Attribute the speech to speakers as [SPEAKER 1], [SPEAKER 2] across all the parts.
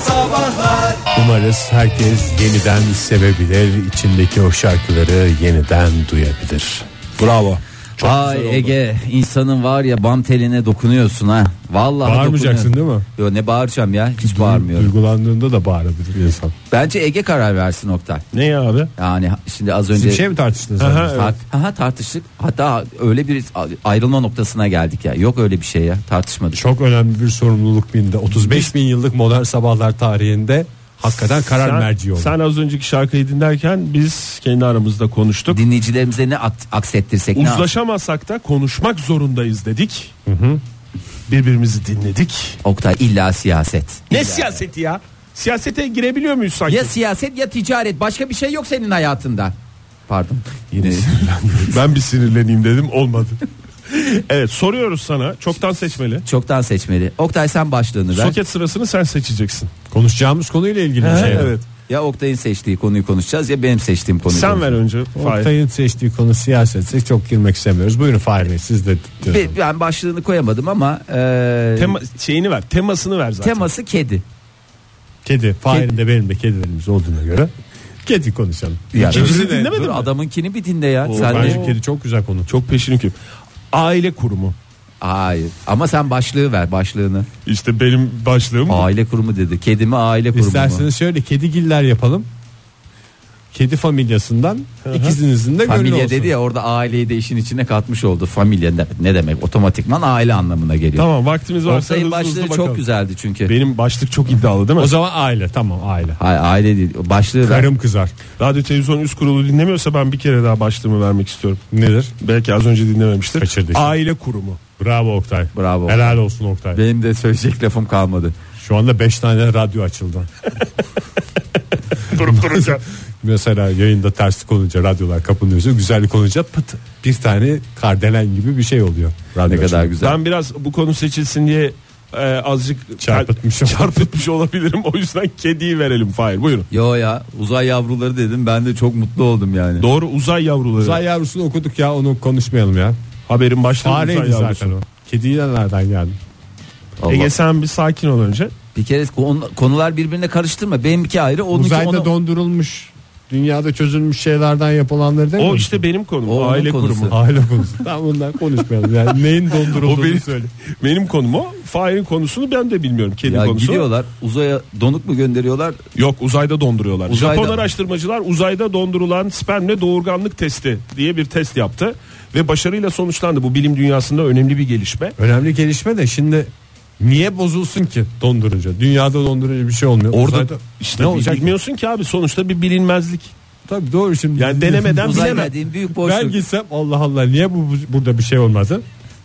[SPEAKER 1] Sabahlar
[SPEAKER 2] Umarız herkes yeniden sevebilir, içindeki o şarkıları yeniden duyabilir.
[SPEAKER 3] Bravo. Çok güzel oldu.
[SPEAKER 4] Ay Ege insanın var ya bam teline dokunuyorsun ha. Vallahi
[SPEAKER 2] Bağırmayacaksın
[SPEAKER 4] dokunuyorum.
[SPEAKER 2] değil
[SPEAKER 4] Yo ne bağıracağım ya hiç bağırmıyorum.
[SPEAKER 2] Duygulandığında da bağırabilir insan.
[SPEAKER 4] Bence Ege karar versin Oktay.
[SPEAKER 3] Ne ya abi?
[SPEAKER 4] Yani şimdi az
[SPEAKER 2] Siz
[SPEAKER 4] önce
[SPEAKER 2] bir şey mi tartıştınız?
[SPEAKER 3] Aha,
[SPEAKER 2] aranızda?
[SPEAKER 4] Tart- Aha, tartıştık. Hatta öyle bir ayrılma noktasına geldik ya. Yok öyle bir şey ya tartışmadık.
[SPEAKER 2] Çok önemli bir sorumluluk bindi. 35 bin yıllık modern sabahlar tarihinde hakikaten karar
[SPEAKER 3] sen,
[SPEAKER 2] merci oldu.
[SPEAKER 3] Sen az önceki şarkıyı dinlerken biz kendi aramızda konuştuk.
[SPEAKER 4] Dinleyicilerimize ne ak- aksettirsek ne yap-
[SPEAKER 3] Uzlaşamasak da konuşmak zorundayız dedik. Birbirimizi dinledik.
[SPEAKER 4] Oktay illa siyaset.
[SPEAKER 3] Ne siyaseti ya? Siyasete girebiliyor muyuz sanki?
[SPEAKER 4] Ya siyaset ya ticaret başka bir şey yok senin hayatında. Pardon. Ee,
[SPEAKER 3] Ben bir sinirleneyim dedim olmadı. evet soruyoruz sana çoktan seçmeli.
[SPEAKER 4] Çoktan seçmeli. Oktay sen başlığını ver.
[SPEAKER 3] Soket sırasını sen seçeceksin.
[SPEAKER 2] Konuşacağımız konuyla ilgili bir şey.
[SPEAKER 3] evet.
[SPEAKER 4] Ya Oktay'ın seçtiği konuyu konuşacağız ya benim seçtiğim konuyu.
[SPEAKER 3] Sen ver
[SPEAKER 4] konuşacağız.
[SPEAKER 3] önce. Fahir.
[SPEAKER 2] Oktay'ın seçtiği konu siyasetse çok girmek istemiyoruz. Buyurun Fahir Bey siz de.
[SPEAKER 4] Be- Ben başlığını koyamadım ama e,
[SPEAKER 3] Tema, şeyini ver temasını ver zaten.
[SPEAKER 4] teması kedi.
[SPEAKER 2] Kedi. Fahir'in de benim de kedilerimiz olduğuna göre kedi konuşalım.
[SPEAKER 4] Yani
[SPEAKER 3] İkincisi
[SPEAKER 4] Dur,
[SPEAKER 3] dinlemedin
[SPEAKER 4] dur,
[SPEAKER 3] mi?
[SPEAKER 4] Adamınkini bir dinle ya. sen
[SPEAKER 2] Bence
[SPEAKER 4] de-
[SPEAKER 2] kedi çok güzel konu.
[SPEAKER 3] Çok peşini kim? Aile kurumu.
[SPEAKER 4] Hayır ama sen başlığı ver başlığını.
[SPEAKER 3] İşte benim başlığım bu.
[SPEAKER 4] Aile kurumu dedi. Kedi mi aile kurumu mu?
[SPEAKER 2] İsterseniz şöyle kedigiller yapalım. Kedi familyasından ikizinizin de gönlü
[SPEAKER 4] Familya
[SPEAKER 2] olsun.
[SPEAKER 4] dedi ya orada aileyi de işin içine katmış oldu. Familya ne- ne demek? Otomatikman aile anlamına geliyor.
[SPEAKER 3] Tamam vaktimiz varsa
[SPEAKER 4] Oktay'ın
[SPEAKER 3] hızlı
[SPEAKER 4] başlığı
[SPEAKER 3] hızlı
[SPEAKER 4] çok
[SPEAKER 3] bakalım.
[SPEAKER 4] güzeldi çünkü.
[SPEAKER 3] Benim başlık çok iddialı değil mi?
[SPEAKER 2] O zaman aile tamam aile.
[SPEAKER 4] Hayır aile değil. Başlığı ver.
[SPEAKER 2] Karım kızar.
[SPEAKER 3] Radyo televizyon üst kurulu dinlemiyorsa ben bir kere daha başlığımı vermek istiyorum.
[SPEAKER 2] Nedir?
[SPEAKER 3] Belki az önce dinlememiştir.
[SPEAKER 2] Kaçırdı işte.
[SPEAKER 3] Aile kurumu.
[SPEAKER 2] Bravo Oktay.
[SPEAKER 4] Bravo.
[SPEAKER 2] Helal olsun Oktay.
[SPEAKER 4] Benim de söyleyecek lafım kalmadı.
[SPEAKER 2] Şu anda 5 tane radyo açıldı.
[SPEAKER 3] Durup duracağım.
[SPEAKER 2] Mesela yayında terslik olunca radyolar kapanıyorsa güzellik olunca pıt bir tane kardelen gibi bir şey oluyor. Radyo
[SPEAKER 4] Ne kadar
[SPEAKER 2] açıldı.
[SPEAKER 4] güzel.
[SPEAKER 3] Ben biraz bu konu seçilsin diye e, azıcık
[SPEAKER 2] Çarpıtmış
[SPEAKER 3] Ter- çarpıtmış olabilirim. O yüzden kediyi verelim Fahir. Buyurun.
[SPEAKER 4] Yo ya uzay yavruları dedim ben de çok mutlu oldum yani.
[SPEAKER 3] Doğru uzay yavruları.
[SPEAKER 2] Uzay yavrusunu okuduk ya onu konuşmayalım ya.
[SPEAKER 3] Haberin başlığı uzay
[SPEAKER 2] Fareydi
[SPEAKER 3] yavrusu.
[SPEAKER 2] zaten o. Kediyle nereden geldi?
[SPEAKER 4] Allah.
[SPEAKER 3] Ege sen bir sakin ol önce.
[SPEAKER 4] Bir kere kon- konular birbirine karıştırma. Benimki ayrı onunki
[SPEAKER 2] Uzayda
[SPEAKER 4] onu...
[SPEAKER 2] dondurulmuş dünyada çözülmüş şeylerden yapılanları değil
[SPEAKER 3] O
[SPEAKER 2] mi?
[SPEAKER 3] işte benim konum.
[SPEAKER 4] O onun
[SPEAKER 3] aile
[SPEAKER 4] konusu.
[SPEAKER 3] kurumu.
[SPEAKER 2] Aile konusu. Tamam bundan konuşmayalım. Yani neyin
[SPEAKER 3] O
[SPEAKER 2] dondurulduğunu
[SPEAKER 3] benim,
[SPEAKER 2] söyle.
[SPEAKER 3] benim konum o. Fahir'in konusunu ben de bilmiyorum. Kedi
[SPEAKER 4] ya
[SPEAKER 3] konusu.
[SPEAKER 4] gidiyorlar uzaya donuk mu gönderiyorlar?
[SPEAKER 3] Yok uzayda donduruyorlar.
[SPEAKER 4] Uzayda
[SPEAKER 3] Japon
[SPEAKER 4] mı?
[SPEAKER 3] araştırmacılar uzayda dondurulan spermle doğurganlık testi diye bir test yaptı. Ve başarıyla sonuçlandı. Bu bilim dünyasında önemli bir gelişme.
[SPEAKER 2] Önemli gelişme de şimdi niye bozulsun ki dondurunca? Dünyada dondurunca bir şey olmuyor.
[SPEAKER 3] Orada
[SPEAKER 2] Uzayda
[SPEAKER 3] işte
[SPEAKER 2] ne olacak?
[SPEAKER 3] bilmiyorsun ki abi sonuçta bir bilinmezlik.
[SPEAKER 2] Tabii doğru şimdi.
[SPEAKER 3] Yani denemeden
[SPEAKER 4] Uzay
[SPEAKER 3] bilemem.
[SPEAKER 4] dediğin büyük boşluk.
[SPEAKER 2] Ben gitsem Allah Allah niye bu, bu- burada bir şey olmadı?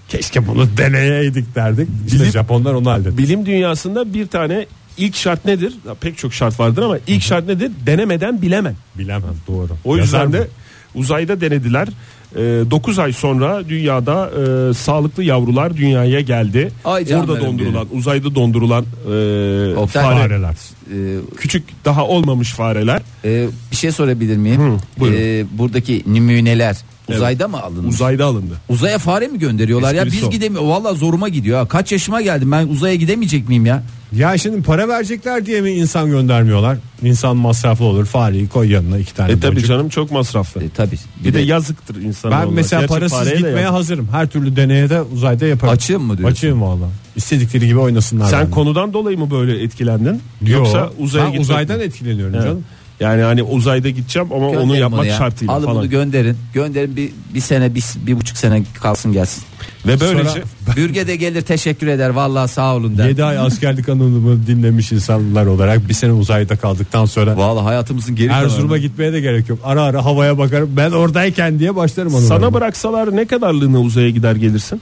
[SPEAKER 2] Keşke bunu deneyeydik derdik. İşte
[SPEAKER 3] Bilim-
[SPEAKER 2] Japonlar onu halletti.
[SPEAKER 3] Bilim dünyasında bir tane ilk şart nedir? Ya pek çok şart vardır ama ilk şart nedir? Denemeden bilemem.
[SPEAKER 2] Bilemem doğru.
[SPEAKER 3] O
[SPEAKER 2] Yazar
[SPEAKER 3] yüzden de
[SPEAKER 2] mı?
[SPEAKER 3] uzayda denediler. 9 ay sonra dünyada e, sağlıklı yavrular dünyaya geldi.
[SPEAKER 4] Ay canlarım
[SPEAKER 3] Orada dondurulan,
[SPEAKER 4] benim.
[SPEAKER 3] uzayda dondurulan e,
[SPEAKER 4] Oktay.
[SPEAKER 3] fare,
[SPEAKER 2] fareler.
[SPEAKER 4] Ee,
[SPEAKER 3] küçük daha olmamış fareler
[SPEAKER 4] e, bir şey sorabilir miyim?
[SPEAKER 3] Hı, buyurun.
[SPEAKER 4] Ee, buradaki nümuneler uzayda mı alınmış?
[SPEAKER 3] uzayda alındı.
[SPEAKER 4] Uzaya fare mi gönderiyorlar ya
[SPEAKER 3] Esprisi
[SPEAKER 4] biz
[SPEAKER 3] o.
[SPEAKER 4] gidemiyor. Valla zoruma gidiyor. Ha. Kaç yaşıma geldim ben uzaya gidemeyecek miyim ya?
[SPEAKER 2] Ya şimdi para verecekler diye mi insan göndermiyorlar? İnsan masraflı olur. Fareyi koy yanına iki tane.
[SPEAKER 3] E tabi
[SPEAKER 2] boncuk.
[SPEAKER 3] canım çok masraflı.
[SPEAKER 4] E, tabii.
[SPEAKER 3] bir, de, yazıktır insana.
[SPEAKER 2] Ben
[SPEAKER 3] vallahi.
[SPEAKER 2] mesela
[SPEAKER 3] Gerçi
[SPEAKER 2] parasız
[SPEAKER 3] fareye de
[SPEAKER 2] gitmeye
[SPEAKER 3] yazık.
[SPEAKER 2] hazırım. Her türlü deneye de uzayda yaparım.
[SPEAKER 4] Açığım mı diyorsun?
[SPEAKER 2] Açığım valla. İstedikleri gibi oynasınlar.
[SPEAKER 3] Sen
[SPEAKER 2] benimle.
[SPEAKER 3] konudan dolayı mı böyle etkilendin?
[SPEAKER 2] Yo,
[SPEAKER 3] Yoksa uzaya
[SPEAKER 2] ben
[SPEAKER 3] gitmek
[SPEAKER 2] uzaydan
[SPEAKER 3] mi?
[SPEAKER 2] etkileniyorum
[SPEAKER 3] Evet.
[SPEAKER 2] canım.
[SPEAKER 3] Yani hani uzayda gideceğim ama
[SPEAKER 4] Gönderin
[SPEAKER 3] onu yapmak
[SPEAKER 4] ya.
[SPEAKER 3] şartıyla
[SPEAKER 4] Alın
[SPEAKER 3] falan.
[SPEAKER 4] bunu gönderin. Gönderin bir, bir sene bir, bir buçuk sene kalsın gelsin.
[SPEAKER 3] Ve böylece
[SPEAKER 2] Sonra-
[SPEAKER 4] Bürge de gelir teşekkür eder valla sağ olun der.
[SPEAKER 2] 7 ay askerlik anılımı dinlemiş insanlar olarak bir sene uzayda kaldıktan sonra
[SPEAKER 4] Valla hayatımızın geri kalanı.
[SPEAKER 2] Erzurum'a gitmeye de gerek yok. Ara ara havaya bakarım. Ben oradayken diye başlarım onu.
[SPEAKER 3] sana bıraksalar ne kadarlığına uzaya gider gelirsin?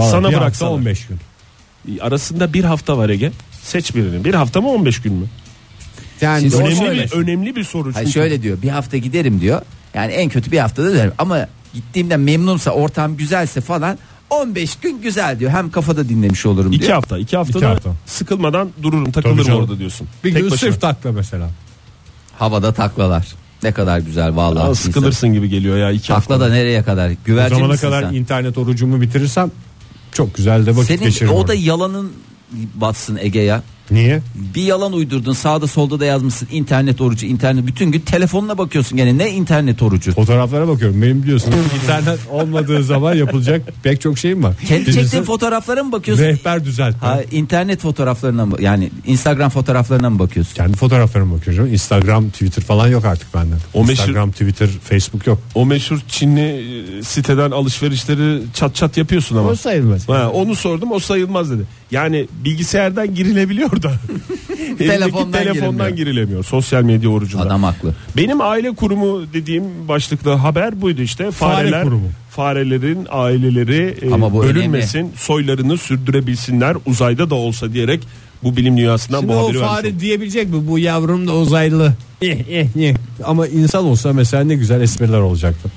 [SPEAKER 3] sana bıraksalar.
[SPEAKER 2] 15 gün.
[SPEAKER 3] Arasında bir hafta var Ege. Seç birini. Bir hafta mı 15 gün mü?
[SPEAKER 2] Yani
[SPEAKER 4] Şimdi
[SPEAKER 2] doğru
[SPEAKER 4] önemli
[SPEAKER 3] önemli,
[SPEAKER 4] şöyle.
[SPEAKER 3] bir, önemli bir soru.
[SPEAKER 4] Hayır
[SPEAKER 3] çünkü.
[SPEAKER 4] şöyle diyor bir hafta giderim diyor. Yani en kötü bir haftada dönerim. Ama gittiğimde memnunsa ortam güzelse falan 15 gün güzel diyor. Hem kafada dinlemiş olurum diyor.
[SPEAKER 3] İki hafta. iki haftada
[SPEAKER 2] hafta.
[SPEAKER 3] sıkılmadan dururum takılırım
[SPEAKER 2] canım.
[SPEAKER 3] orada diyorsun.
[SPEAKER 2] bir
[SPEAKER 3] Tek
[SPEAKER 2] gün
[SPEAKER 3] başına.
[SPEAKER 2] sırf takla mesela.
[SPEAKER 4] Havada taklalar. Ne kadar güzel
[SPEAKER 3] Aa,
[SPEAKER 4] valla.
[SPEAKER 3] sıkılırsın gibi geliyor ya iki hafta.
[SPEAKER 4] Takla da nereye kadar?
[SPEAKER 2] O
[SPEAKER 4] Güvercin
[SPEAKER 2] zamana
[SPEAKER 4] misin
[SPEAKER 2] kadar
[SPEAKER 4] sen?
[SPEAKER 2] internet orucumu bitirirsem çok güzel de vakit
[SPEAKER 4] Senin
[SPEAKER 2] geçiririm.
[SPEAKER 4] o da
[SPEAKER 2] orada.
[SPEAKER 4] yalanın batsın Ege ya.
[SPEAKER 2] Niye?
[SPEAKER 4] Bir yalan uydurdun sağda solda da yazmışsın internet orucu internet bütün gün telefonuna bakıyorsun gene ne internet orucu.
[SPEAKER 2] Fotoğraflara bakıyorum. Benim biliyorsunuz internet olmadığı zaman yapılacak pek çok şeyim var.
[SPEAKER 4] Kendi
[SPEAKER 2] Birincisi,
[SPEAKER 4] çektiğin fotoğraflara mı bakıyorsun?
[SPEAKER 2] Rehber düzeltme.
[SPEAKER 4] Ha, internet fotoğraflarına mı yani Instagram fotoğraflarına mı bakıyorsun?
[SPEAKER 2] Kendi fotoğraflarıma bakıyorum. Instagram, Twitter falan yok artık bende.
[SPEAKER 3] O meşhur-
[SPEAKER 2] Instagram, Twitter, Facebook yok.
[SPEAKER 3] O meşhur Çinli e, siteden alışverişleri çat çat yapıyorsun ama.
[SPEAKER 2] O sayılmaz.
[SPEAKER 3] Ha, onu sordum o sayılmaz dedi. Yani bilgisayardan girilebiliyor da. Elindeki
[SPEAKER 4] Telefondan
[SPEAKER 3] telefondan
[SPEAKER 4] girilmiyor.
[SPEAKER 3] girilemiyor. Sosyal medya orucunda.
[SPEAKER 4] Adam haklı.
[SPEAKER 3] Benim aile kurumu dediğim başlıklı haber buydu işte. Fareler,
[SPEAKER 2] kurumu.
[SPEAKER 3] Farelerin aileleri e,
[SPEAKER 4] Ama bu
[SPEAKER 3] bölünmesin, soylarını sürdürebilsinler uzayda da olsa diyerek bu bilim dünyasından
[SPEAKER 2] Şimdi
[SPEAKER 3] bu
[SPEAKER 2] o
[SPEAKER 3] haberi vermiş
[SPEAKER 2] fare diyebilecek mi? Bu yavrum da uzaylı. Eh, eh, eh. Ama insan olsa mesela ne güzel espriler olacaktı.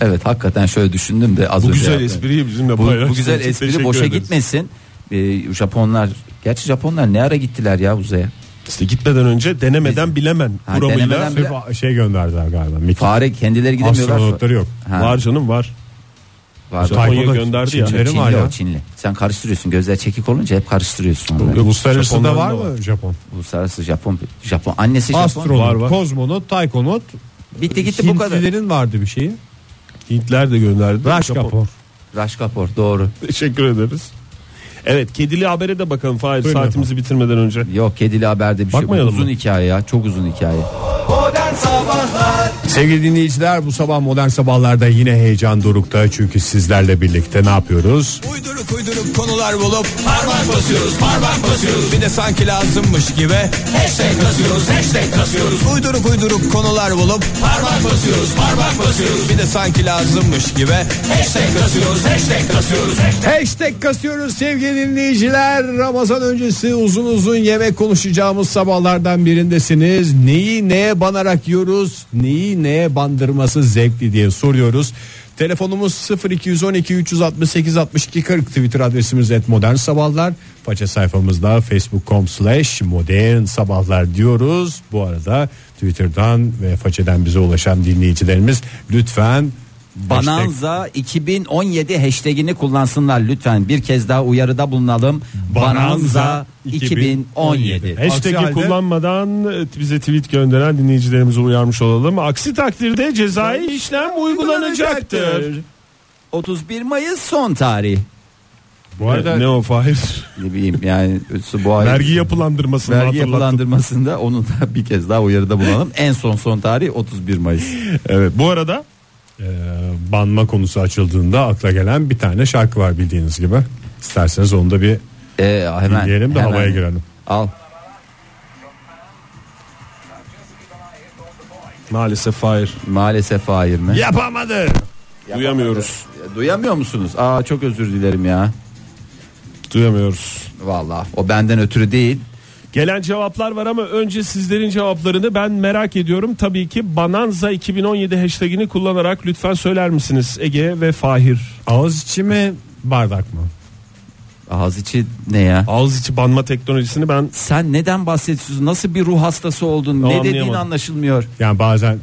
[SPEAKER 4] Evet hakikaten şöyle düşündüm de az
[SPEAKER 3] Bu
[SPEAKER 4] önce
[SPEAKER 3] güzel
[SPEAKER 4] yaptım.
[SPEAKER 3] espriyi bizimle
[SPEAKER 4] Bu,
[SPEAKER 3] paylaştığınız
[SPEAKER 4] bu güzel
[SPEAKER 3] için
[SPEAKER 4] espri
[SPEAKER 3] teşekkür
[SPEAKER 4] boşa
[SPEAKER 3] ederiz.
[SPEAKER 4] gitmesin. Ee, Japonlar gerçi Japonlar ne ara gittiler ya uzaya?
[SPEAKER 3] İşte gitmeden önce denemeden bilemen
[SPEAKER 4] Ha,
[SPEAKER 3] kuramıyla
[SPEAKER 4] denemeden
[SPEAKER 2] Bir fa- şey gönderdiler galiba. Mikro-
[SPEAKER 4] Fare kendileri gidemiyorlar.
[SPEAKER 2] Astronotları yok.
[SPEAKER 4] Ha,
[SPEAKER 3] var canım var.
[SPEAKER 4] var.
[SPEAKER 3] Japon- Japonya'ya
[SPEAKER 2] Tayfa'da
[SPEAKER 3] gönderdi ya.
[SPEAKER 2] Çinlileri
[SPEAKER 4] Çinli
[SPEAKER 2] var ya.
[SPEAKER 4] o Çinli. Sen karıştırıyorsun gözler çekik olunca hep karıştırıyorsun onları.
[SPEAKER 2] Uluslararası da
[SPEAKER 3] Japonların
[SPEAKER 2] var
[SPEAKER 3] da
[SPEAKER 2] mı Japon?
[SPEAKER 4] Uluslararası Japon Japon annesi Japon.
[SPEAKER 2] Astronot,
[SPEAKER 3] Var, var.
[SPEAKER 2] kozmonot, taykonot.
[SPEAKER 4] Bitti gitti bu kadar.
[SPEAKER 2] Hintlilerin vardı bir şeyi.
[SPEAKER 3] Hintler de gönderdi.
[SPEAKER 2] Rush
[SPEAKER 3] Japon-
[SPEAKER 2] Kapoor.
[SPEAKER 4] Raş Kapor doğru.
[SPEAKER 3] Teşekkür ederiz. Evet kedili habere de bakalım Fahir
[SPEAKER 2] Buyurun
[SPEAKER 3] saatimizi bitirmeden önce.
[SPEAKER 4] Yok kedili haberde bir şey.
[SPEAKER 3] Bakmayalım
[SPEAKER 4] Uzun
[SPEAKER 3] mı?
[SPEAKER 4] hikaye ya çok uzun hikaye.
[SPEAKER 2] Sevgili dinleyiciler bu sabah modern sabahlarda yine heyecan dorukta. Çünkü sizlerle birlikte ne yapıyoruz?
[SPEAKER 1] Uyduruk uyduruk konular bulup parmak basıyoruz parmak basıyoruz bir de sanki lazımmış gibi hashtag kasıyoruz hashtag kasıyoruz uyduruk uyduruk konular bulup parmak basıyoruz parmak basıyoruz bir de sanki lazımmış gibi hashtag kasıyoruz hashtag kasıyoruz
[SPEAKER 2] Hashtag kasıyoruz sevgili dinleyiciler. Ramazan öncesi uzun uzun yemek konuşacağımız sabahlardan birindesiniz. Neyi neye banarak yiyoruz? Neyi neye bandırması zevkli diye soruyoruz. Telefonumuz 0212 368 62 40 Twitter adresimiz et modern sabahlar. Faça sayfamızda facebook.com slash modern sabahlar diyoruz. Bu arada Twitter'dan ve façeden bize ulaşan dinleyicilerimiz lütfen hashtag
[SPEAKER 4] Bananza 2017 hashtagini kullansınlar lütfen. Bir kez daha uyarıda bulunalım. Bananza 2017.
[SPEAKER 2] Aksi
[SPEAKER 3] Hashtag'i
[SPEAKER 2] halde-
[SPEAKER 3] kullanmadan e, bize tweet gönderen dinleyicilerimizi uyarmış olalım. Aksi takdirde cezai işlem uygulanacaktır.
[SPEAKER 4] 31 Mayıs son tarih.
[SPEAKER 2] Bu arada
[SPEAKER 3] ne o Fahir?
[SPEAKER 4] Ne bileyim yani bu ay
[SPEAKER 3] Vergi yapılandırmasını
[SPEAKER 4] vergi
[SPEAKER 3] hatırlattın.
[SPEAKER 4] yapılandırmasında onu da bir kez daha uyarıda bulunalım. En son son tarih 31 Mayıs.
[SPEAKER 3] Evet bu arada
[SPEAKER 2] Ee, banma konusu açıldığında akla gelen bir tane şarkı var bildiğiniz gibi. İsterseniz onu da bir
[SPEAKER 4] Ee, hemen,
[SPEAKER 2] dinleyelim de
[SPEAKER 4] hemen.
[SPEAKER 2] havaya girelim.
[SPEAKER 4] Al.
[SPEAKER 3] maalesef Fahir
[SPEAKER 4] Maalesef hayır mı?
[SPEAKER 2] Yapamadı.
[SPEAKER 3] duyamıyoruz.
[SPEAKER 4] Duyamıyor musunuz? Aa çok özür dilerim ya.
[SPEAKER 3] Duyamıyoruz.
[SPEAKER 4] Vallahi o benden ötürü değil.
[SPEAKER 3] Gelen cevaplar var ama önce sizlerin cevaplarını ben merak ediyorum. Tabii ki Bananza 2017 hashtagini kullanarak lütfen söyler misiniz Ege ve Fahir?
[SPEAKER 2] Ağız içi mi bardak mı?
[SPEAKER 4] Ağız içi ne ya?
[SPEAKER 3] Ağız içi banma teknolojisini ben
[SPEAKER 4] Sen neden bahsediyorsun? Nasıl bir ruh hastası oldun? Ne dediğin
[SPEAKER 3] anlayamadım.
[SPEAKER 4] anlaşılmıyor.
[SPEAKER 2] Yani bazen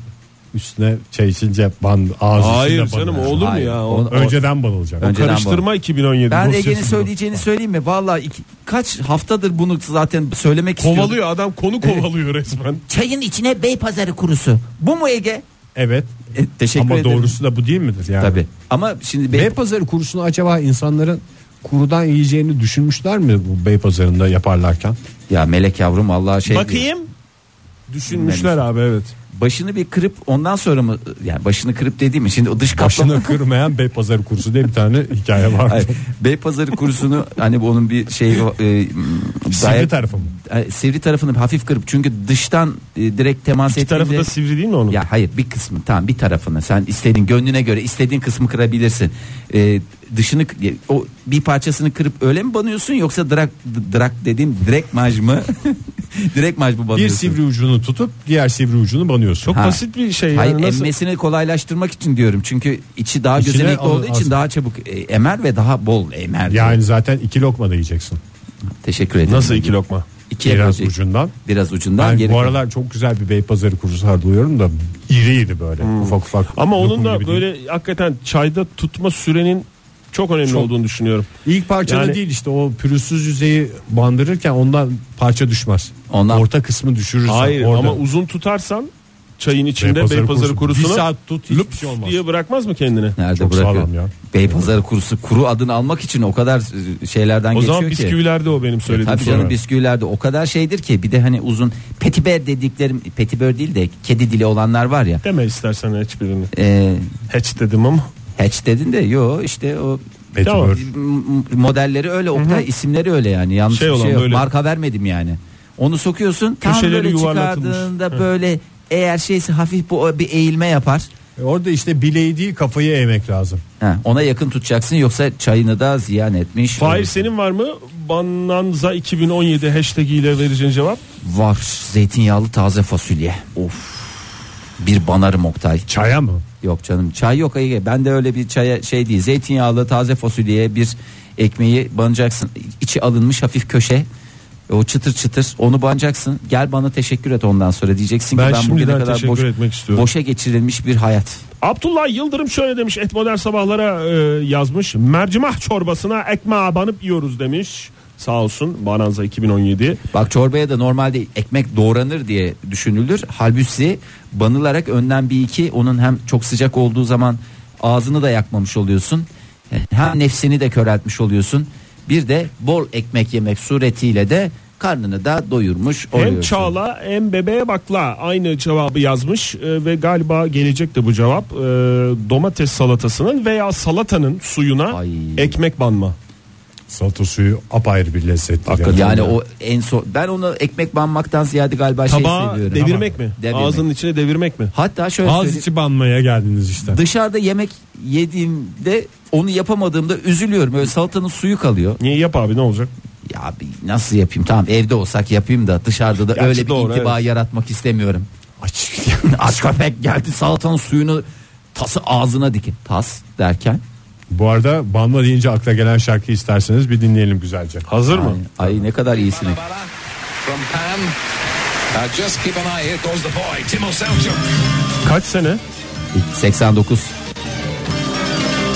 [SPEAKER 2] üstüne çay içince ban, ağız
[SPEAKER 3] Hayır
[SPEAKER 2] içinde
[SPEAKER 3] canım
[SPEAKER 2] banılır.
[SPEAKER 3] olur mu
[SPEAKER 4] Hayır,
[SPEAKER 3] ya?
[SPEAKER 4] onu-
[SPEAKER 2] Önceden banılacak.
[SPEAKER 4] Önce- Önceden
[SPEAKER 3] Karıştırma 2017.
[SPEAKER 4] Ben
[SPEAKER 3] dosyasını.
[SPEAKER 4] Ege'nin söyleyeceğini söyleyeyim mi? Vallahi iki- kaç haftadır bunu zaten söylemek istiyordum.
[SPEAKER 3] Kovalıyor adam konu kovalıyor resmen.
[SPEAKER 4] Çayın içine bey pazarı kurusu. Bu mu Ege?
[SPEAKER 2] Evet
[SPEAKER 4] E, teşekkür
[SPEAKER 2] ama
[SPEAKER 4] ederim.
[SPEAKER 2] doğrusu da bu değil midir? Yani?
[SPEAKER 4] Tabii. Ama şimdi bey,
[SPEAKER 2] Beypazarı kurusunu acaba insanların kurudan yiyeceğini düşünmüşler mi bu Beypazarı'nda yaparlarken?
[SPEAKER 4] ya melek yavrum Allah şey diyor.
[SPEAKER 3] Düşünmüşler abi evet.
[SPEAKER 4] Başını bir kırıp ondan sonra mı yani başını kırıp dediğim için şimdi o dış kaplama
[SPEAKER 2] Başını kırmayan Beypazarı kurusu diye bir tane hikaye var.
[SPEAKER 4] Hayır, Beypazarı kurusunu hani bu onun bir şey e,
[SPEAKER 2] Sivri tarafı mı?
[SPEAKER 4] E, sivri tarafını hafif kırıp çünkü dıştan e, direkt temas
[SPEAKER 3] Bir tarafı da
[SPEAKER 4] ettiğinde
[SPEAKER 3] sivri değil mi onun?
[SPEAKER 4] ya hayır bir kısmı tamam bir tarafını sen istediğin gönlüne göre istediğin kısmı kırabilirsin. E, dışını o bir parçasını kırıp öyle mi banıyorsun yoksa drak drak dediğim direkt maj mı? direkt maj mı
[SPEAKER 2] Bir
[SPEAKER 4] banıyorsun?
[SPEAKER 2] sivri ucunu tutup diğer sivri ucunu banıyorsun.
[SPEAKER 3] Çok
[SPEAKER 4] Ha.
[SPEAKER 3] basit bir şey
[SPEAKER 4] Hayır
[SPEAKER 3] yani nasıl?
[SPEAKER 4] emmesini kolaylaştırmak için diyorum. Çünkü içi daha
[SPEAKER 2] İçine
[SPEAKER 4] gözenekli
[SPEAKER 2] alın-
[SPEAKER 4] olduğu için
[SPEAKER 2] alsın.
[SPEAKER 4] daha çabuk e, emer ve daha bol emer.
[SPEAKER 2] Yani zaten iki lokma da yiyeceksin.
[SPEAKER 4] Teşekkür ederim.
[SPEAKER 3] Nasıl iki lokma?
[SPEAKER 4] İkiye
[SPEAKER 2] Biraz
[SPEAKER 4] bölecek.
[SPEAKER 2] ucundan.
[SPEAKER 4] Biraz ucundan.
[SPEAKER 2] Ben
[SPEAKER 4] geri-
[SPEAKER 2] bu aralar çok güzel bir Beypazarı kurusu harcılıyorum da
[SPEAKER 4] Hmm.
[SPEAKER 2] iriydi böyle ufak ufak.
[SPEAKER 3] Ama onun
[SPEAKER 2] lokum
[SPEAKER 3] da
[SPEAKER 2] gibi değil.
[SPEAKER 3] böyle hakikaten çayda tutma sürenin Çok önemli olduğunu düşünüyorum.
[SPEAKER 2] İlk parçada
[SPEAKER 3] Yani-
[SPEAKER 2] değil işte o pürüzsüz yüzeyi bandırırken ondan parça düşmez.
[SPEAKER 4] Ondan-
[SPEAKER 2] Orta kısmı düşürürsen.
[SPEAKER 3] Hayır
[SPEAKER 2] orada.
[SPEAKER 3] ama uzun tutarsan çayın içinde Beypazarı,
[SPEAKER 2] Beypazarı
[SPEAKER 3] Beypazarı
[SPEAKER 2] kurusu.
[SPEAKER 3] kurusunu
[SPEAKER 2] Bir saat tut, hiçbir
[SPEAKER 3] lüps
[SPEAKER 2] şey olmaz.
[SPEAKER 3] diye bırakmaz mı kendini?
[SPEAKER 4] Nerede
[SPEAKER 2] Çok
[SPEAKER 4] bırakıyor?
[SPEAKER 2] sağlam ya.
[SPEAKER 4] Beypazarı kurusu kuru adını almak için o kadar e, şeylerden
[SPEAKER 3] O
[SPEAKER 4] geçiyor
[SPEAKER 3] zaman
[SPEAKER 4] ki. E,
[SPEAKER 3] bisküvilerde o benim söylediğim
[SPEAKER 4] Tabii
[SPEAKER 3] sonra.
[SPEAKER 4] canım bisküvilerde o kadar şeydir ki bir de hani uzun petibör dediklerim petibör değil de kedi dili olanlar var ya.
[SPEAKER 3] Deme istersen hiçbirini.
[SPEAKER 4] Ee,
[SPEAKER 3] Hatch dedim ama.
[SPEAKER 4] hatch dedin de yo işte o
[SPEAKER 2] Petibör.
[SPEAKER 3] Tamam.
[SPEAKER 4] M- modelleri öyle Oktay isimleri öyle yani yanlış
[SPEAKER 3] Şey
[SPEAKER 4] bir
[SPEAKER 3] olan
[SPEAKER 4] şey yok.
[SPEAKER 3] böyle-
[SPEAKER 4] marka vermedim yani onu sokuyorsun tam
[SPEAKER 3] Köşeleri
[SPEAKER 4] böyle
[SPEAKER 3] yuvarlatılmış.
[SPEAKER 4] çıkardığında böyle eğer şeyse hafif bu bir eğilme yapar
[SPEAKER 2] E Orada işte bileği değil kafayı eğmek lazım.
[SPEAKER 4] ha, ona yakın tutacaksın yoksa çayını da ziyan etmiş
[SPEAKER 3] Fahir
[SPEAKER 4] olur.
[SPEAKER 3] senin var mı? Bananza 2017 hashtag ile vereceğin cevap.
[SPEAKER 4] var zeytinyağlı taze fasulye of bir banarım Oktay
[SPEAKER 2] Çaya mı?
[SPEAKER 4] Yok canım çay yok ayı. Ben de öyle bir çaya şey değil. Zeytinyağlı taze fasulyeye bir ekmeği banacaksın. İçi alınmış hafif köşe. O çıtır çıtır onu banacaksın. Gel bana teşekkür et ondan sonra diyeceksin
[SPEAKER 3] Ben
[SPEAKER 4] ki ben bugüne
[SPEAKER 3] şimdiden
[SPEAKER 4] kadar
[SPEAKER 3] teşekkür
[SPEAKER 4] boş,
[SPEAKER 3] etmek istiyorum.
[SPEAKER 4] boşa geçirilmiş bir hayat.
[SPEAKER 3] Abdullah Yıldırım şöyle demiş et modern sabahlara e, yazmış. Mercimek çorbasına ekmeğe banıp yiyoruz demiş. Sağ olsun Bananza 2017.
[SPEAKER 4] Bak çorbaya da normalde ekmek doğranır diye düşünülür. Halbuki banılarak önden bir iki onun hem çok sıcak olduğu zaman ağzını da yakmamış oluyorsun. Hem nefsini de köreltmiş oluyorsun. Bir de bol ekmek yemek suretiyle de karnını da doyurmuş oluyorsun.
[SPEAKER 3] Hem Çağla hem bebeğe bakla aynı cevabı yazmış e, ve galiba gelecek de bu cevap E, domates salatasının veya salatanın suyuna
[SPEAKER 4] Ay.
[SPEAKER 3] ekmek banma.
[SPEAKER 2] Salata suyu apayrı bir lezzet.
[SPEAKER 4] Yani Yani o en son ben onu ekmek banmaktan ziyade galiba şey
[SPEAKER 3] Tabağı
[SPEAKER 4] seviyorum.
[SPEAKER 3] devirmek mi?
[SPEAKER 4] Devirmek.
[SPEAKER 3] Ağzının içine devirmek mi?
[SPEAKER 4] Hatta şöyle
[SPEAKER 2] Ağız
[SPEAKER 4] söyleyeyim.
[SPEAKER 2] içi banmaya geldiniz işte.
[SPEAKER 4] dışarıda yemek yediğimde onu yapamadığımda üzülüyorum. Öyle salatanın suyu kalıyor.
[SPEAKER 3] Niye yap abi ne olacak?
[SPEAKER 4] Ya abi nasıl yapayım? Tamam evde olsak yapayım da dışarıda da
[SPEAKER 3] Gerçi
[SPEAKER 4] öyle bir
[SPEAKER 3] doğru,
[SPEAKER 4] intiba yaratmak istemiyorum.
[SPEAKER 2] Aç.
[SPEAKER 4] Aç köpek geldi salatanın suyunu tası ağzına dikin. Tas derken
[SPEAKER 2] Bu arada banma deyince akla gelen şarkı isterseniz bir dinleyelim güzelce.
[SPEAKER 3] Hazır
[SPEAKER 4] ay,
[SPEAKER 3] mı?
[SPEAKER 4] ay ne kadar iyisin.
[SPEAKER 5] Barbara from Pam. Uh, just keep an eye. Here goes the boy, Timo Seljuk.
[SPEAKER 3] Kaç sene?
[SPEAKER 4] 89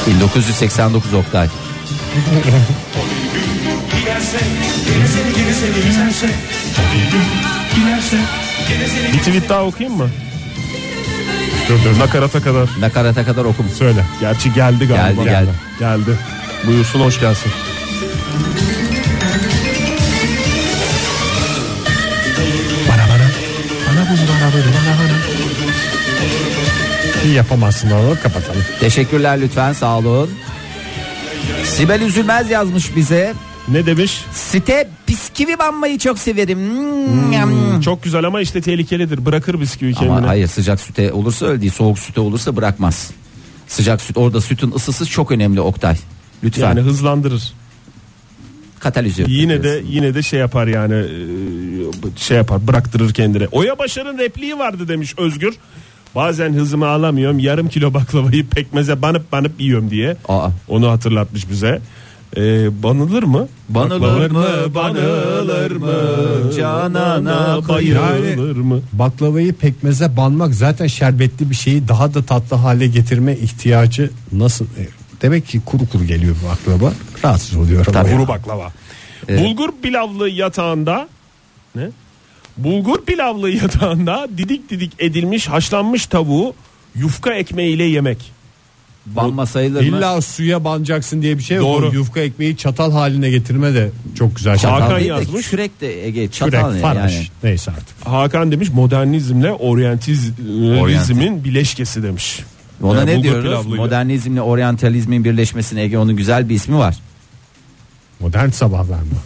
[SPEAKER 4] 1989 Oktay.
[SPEAKER 3] Bir tweet daha okuyayım mı?
[SPEAKER 2] Dur dur nakarata kadar.
[SPEAKER 4] Nakarata kadar okumuş.
[SPEAKER 2] Söyle.
[SPEAKER 3] Gerçi geldi galiba.
[SPEAKER 4] Geldi, geldi.
[SPEAKER 3] Geldi. Buyursun hoş gelsin.
[SPEAKER 2] İyi yapamazsın onu kapatalım.
[SPEAKER 4] Teşekkürler lütfen sağ olun. Sibel Üzülmez yazmış bize.
[SPEAKER 3] Ne demiş?
[SPEAKER 4] Site bisküvi banmayı çok severim. Hmm, yam.
[SPEAKER 3] Çok güzel ama işte tehlikelidir. Bırakır bisküvi kendine.
[SPEAKER 4] Ama hayır sıcak süte olursa öyle değil. Soğuk süte olursa bırakmaz. Sıcak süt orada sütün ısısı çok önemli Oktay. Lütfen
[SPEAKER 3] yani hızlandırır.
[SPEAKER 4] katalizör.
[SPEAKER 3] Yine de yine de şey yapar yani e, şey yapar bıraktırır kendine. Oya Başar'ın repliği vardı demiş Özgür. Bazen hızımı alamıyorum yarım kilo baklavayı pekmeze banıp banıp yiyorum diye.
[SPEAKER 4] Aa.
[SPEAKER 3] Onu hatırlatmış bize. E, banılır mı?
[SPEAKER 4] Banılır
[SPEAKER 3] Baklavalar
[SPEAKER 4] mı, banılır mı? Canana
[SPEAKER 3] bayılır mı?
[SPEAKER 2] Baklavayı pekmeze banmak zaten şerbetli bir şeyi daha da tatlı hale getirme ihtiyacı nasıl? E, Demek ki kuru kuru geliyor bu baklava. Rahatsız oluyorum.
[SPEAKER 4] Tabii.
[SPEAKER 2] Ya.
[SPEAKER 3] Kuru baklava. Bulgur pilavlı yatağında ne? Bulgur pilavlı yatağında didik didik edilmiş haşlanmış tavuğu yufka ekmeğiyle yemek.
[SPEAKER 4] banma sayılır mı?
[SPEAKER 2] İlla suya banacaksın diye bir şey yok.
[SPEAKER 3] Doğru.
[SPEAKER 2] O Yufka ekmeği çatal haline getirme de çok güzel.
[SPEAKER 4] Çatal
[SPEAKER 3] Hakan
[SPEAKER 4] değil de
[SPEAKER 3] yazmış.
[SPEAKER 4] Kürek de Ege
[SPEAKER 2] Kürek,
[SPEAKER 4] çatal ne
[SPEAKER 2] farmış.
[SPEAKER 4] yani.
[SPEAKER 2] Neyse artık.
[SPEAKER 3] Hakan demiş modernizmle oryantizmin
[SPEAKER 4] Oryantizm.
[SPEAKER 3] bileşkesi demiş.
[SPEAKER 4] Ona
[SPEAKER 3] Yani
[SPEAKER 4] ne
[SPEAKER 3] bulgur
[SPEAKER 4] diyoruz?
[SPEAKER 3] pilavlı-
[SPEAKER 4] Modernizmle oryantalizmin birleşmesine Ege onun güzel bir ismi var.
[SPEAKER 2] Modern sabahlar mı?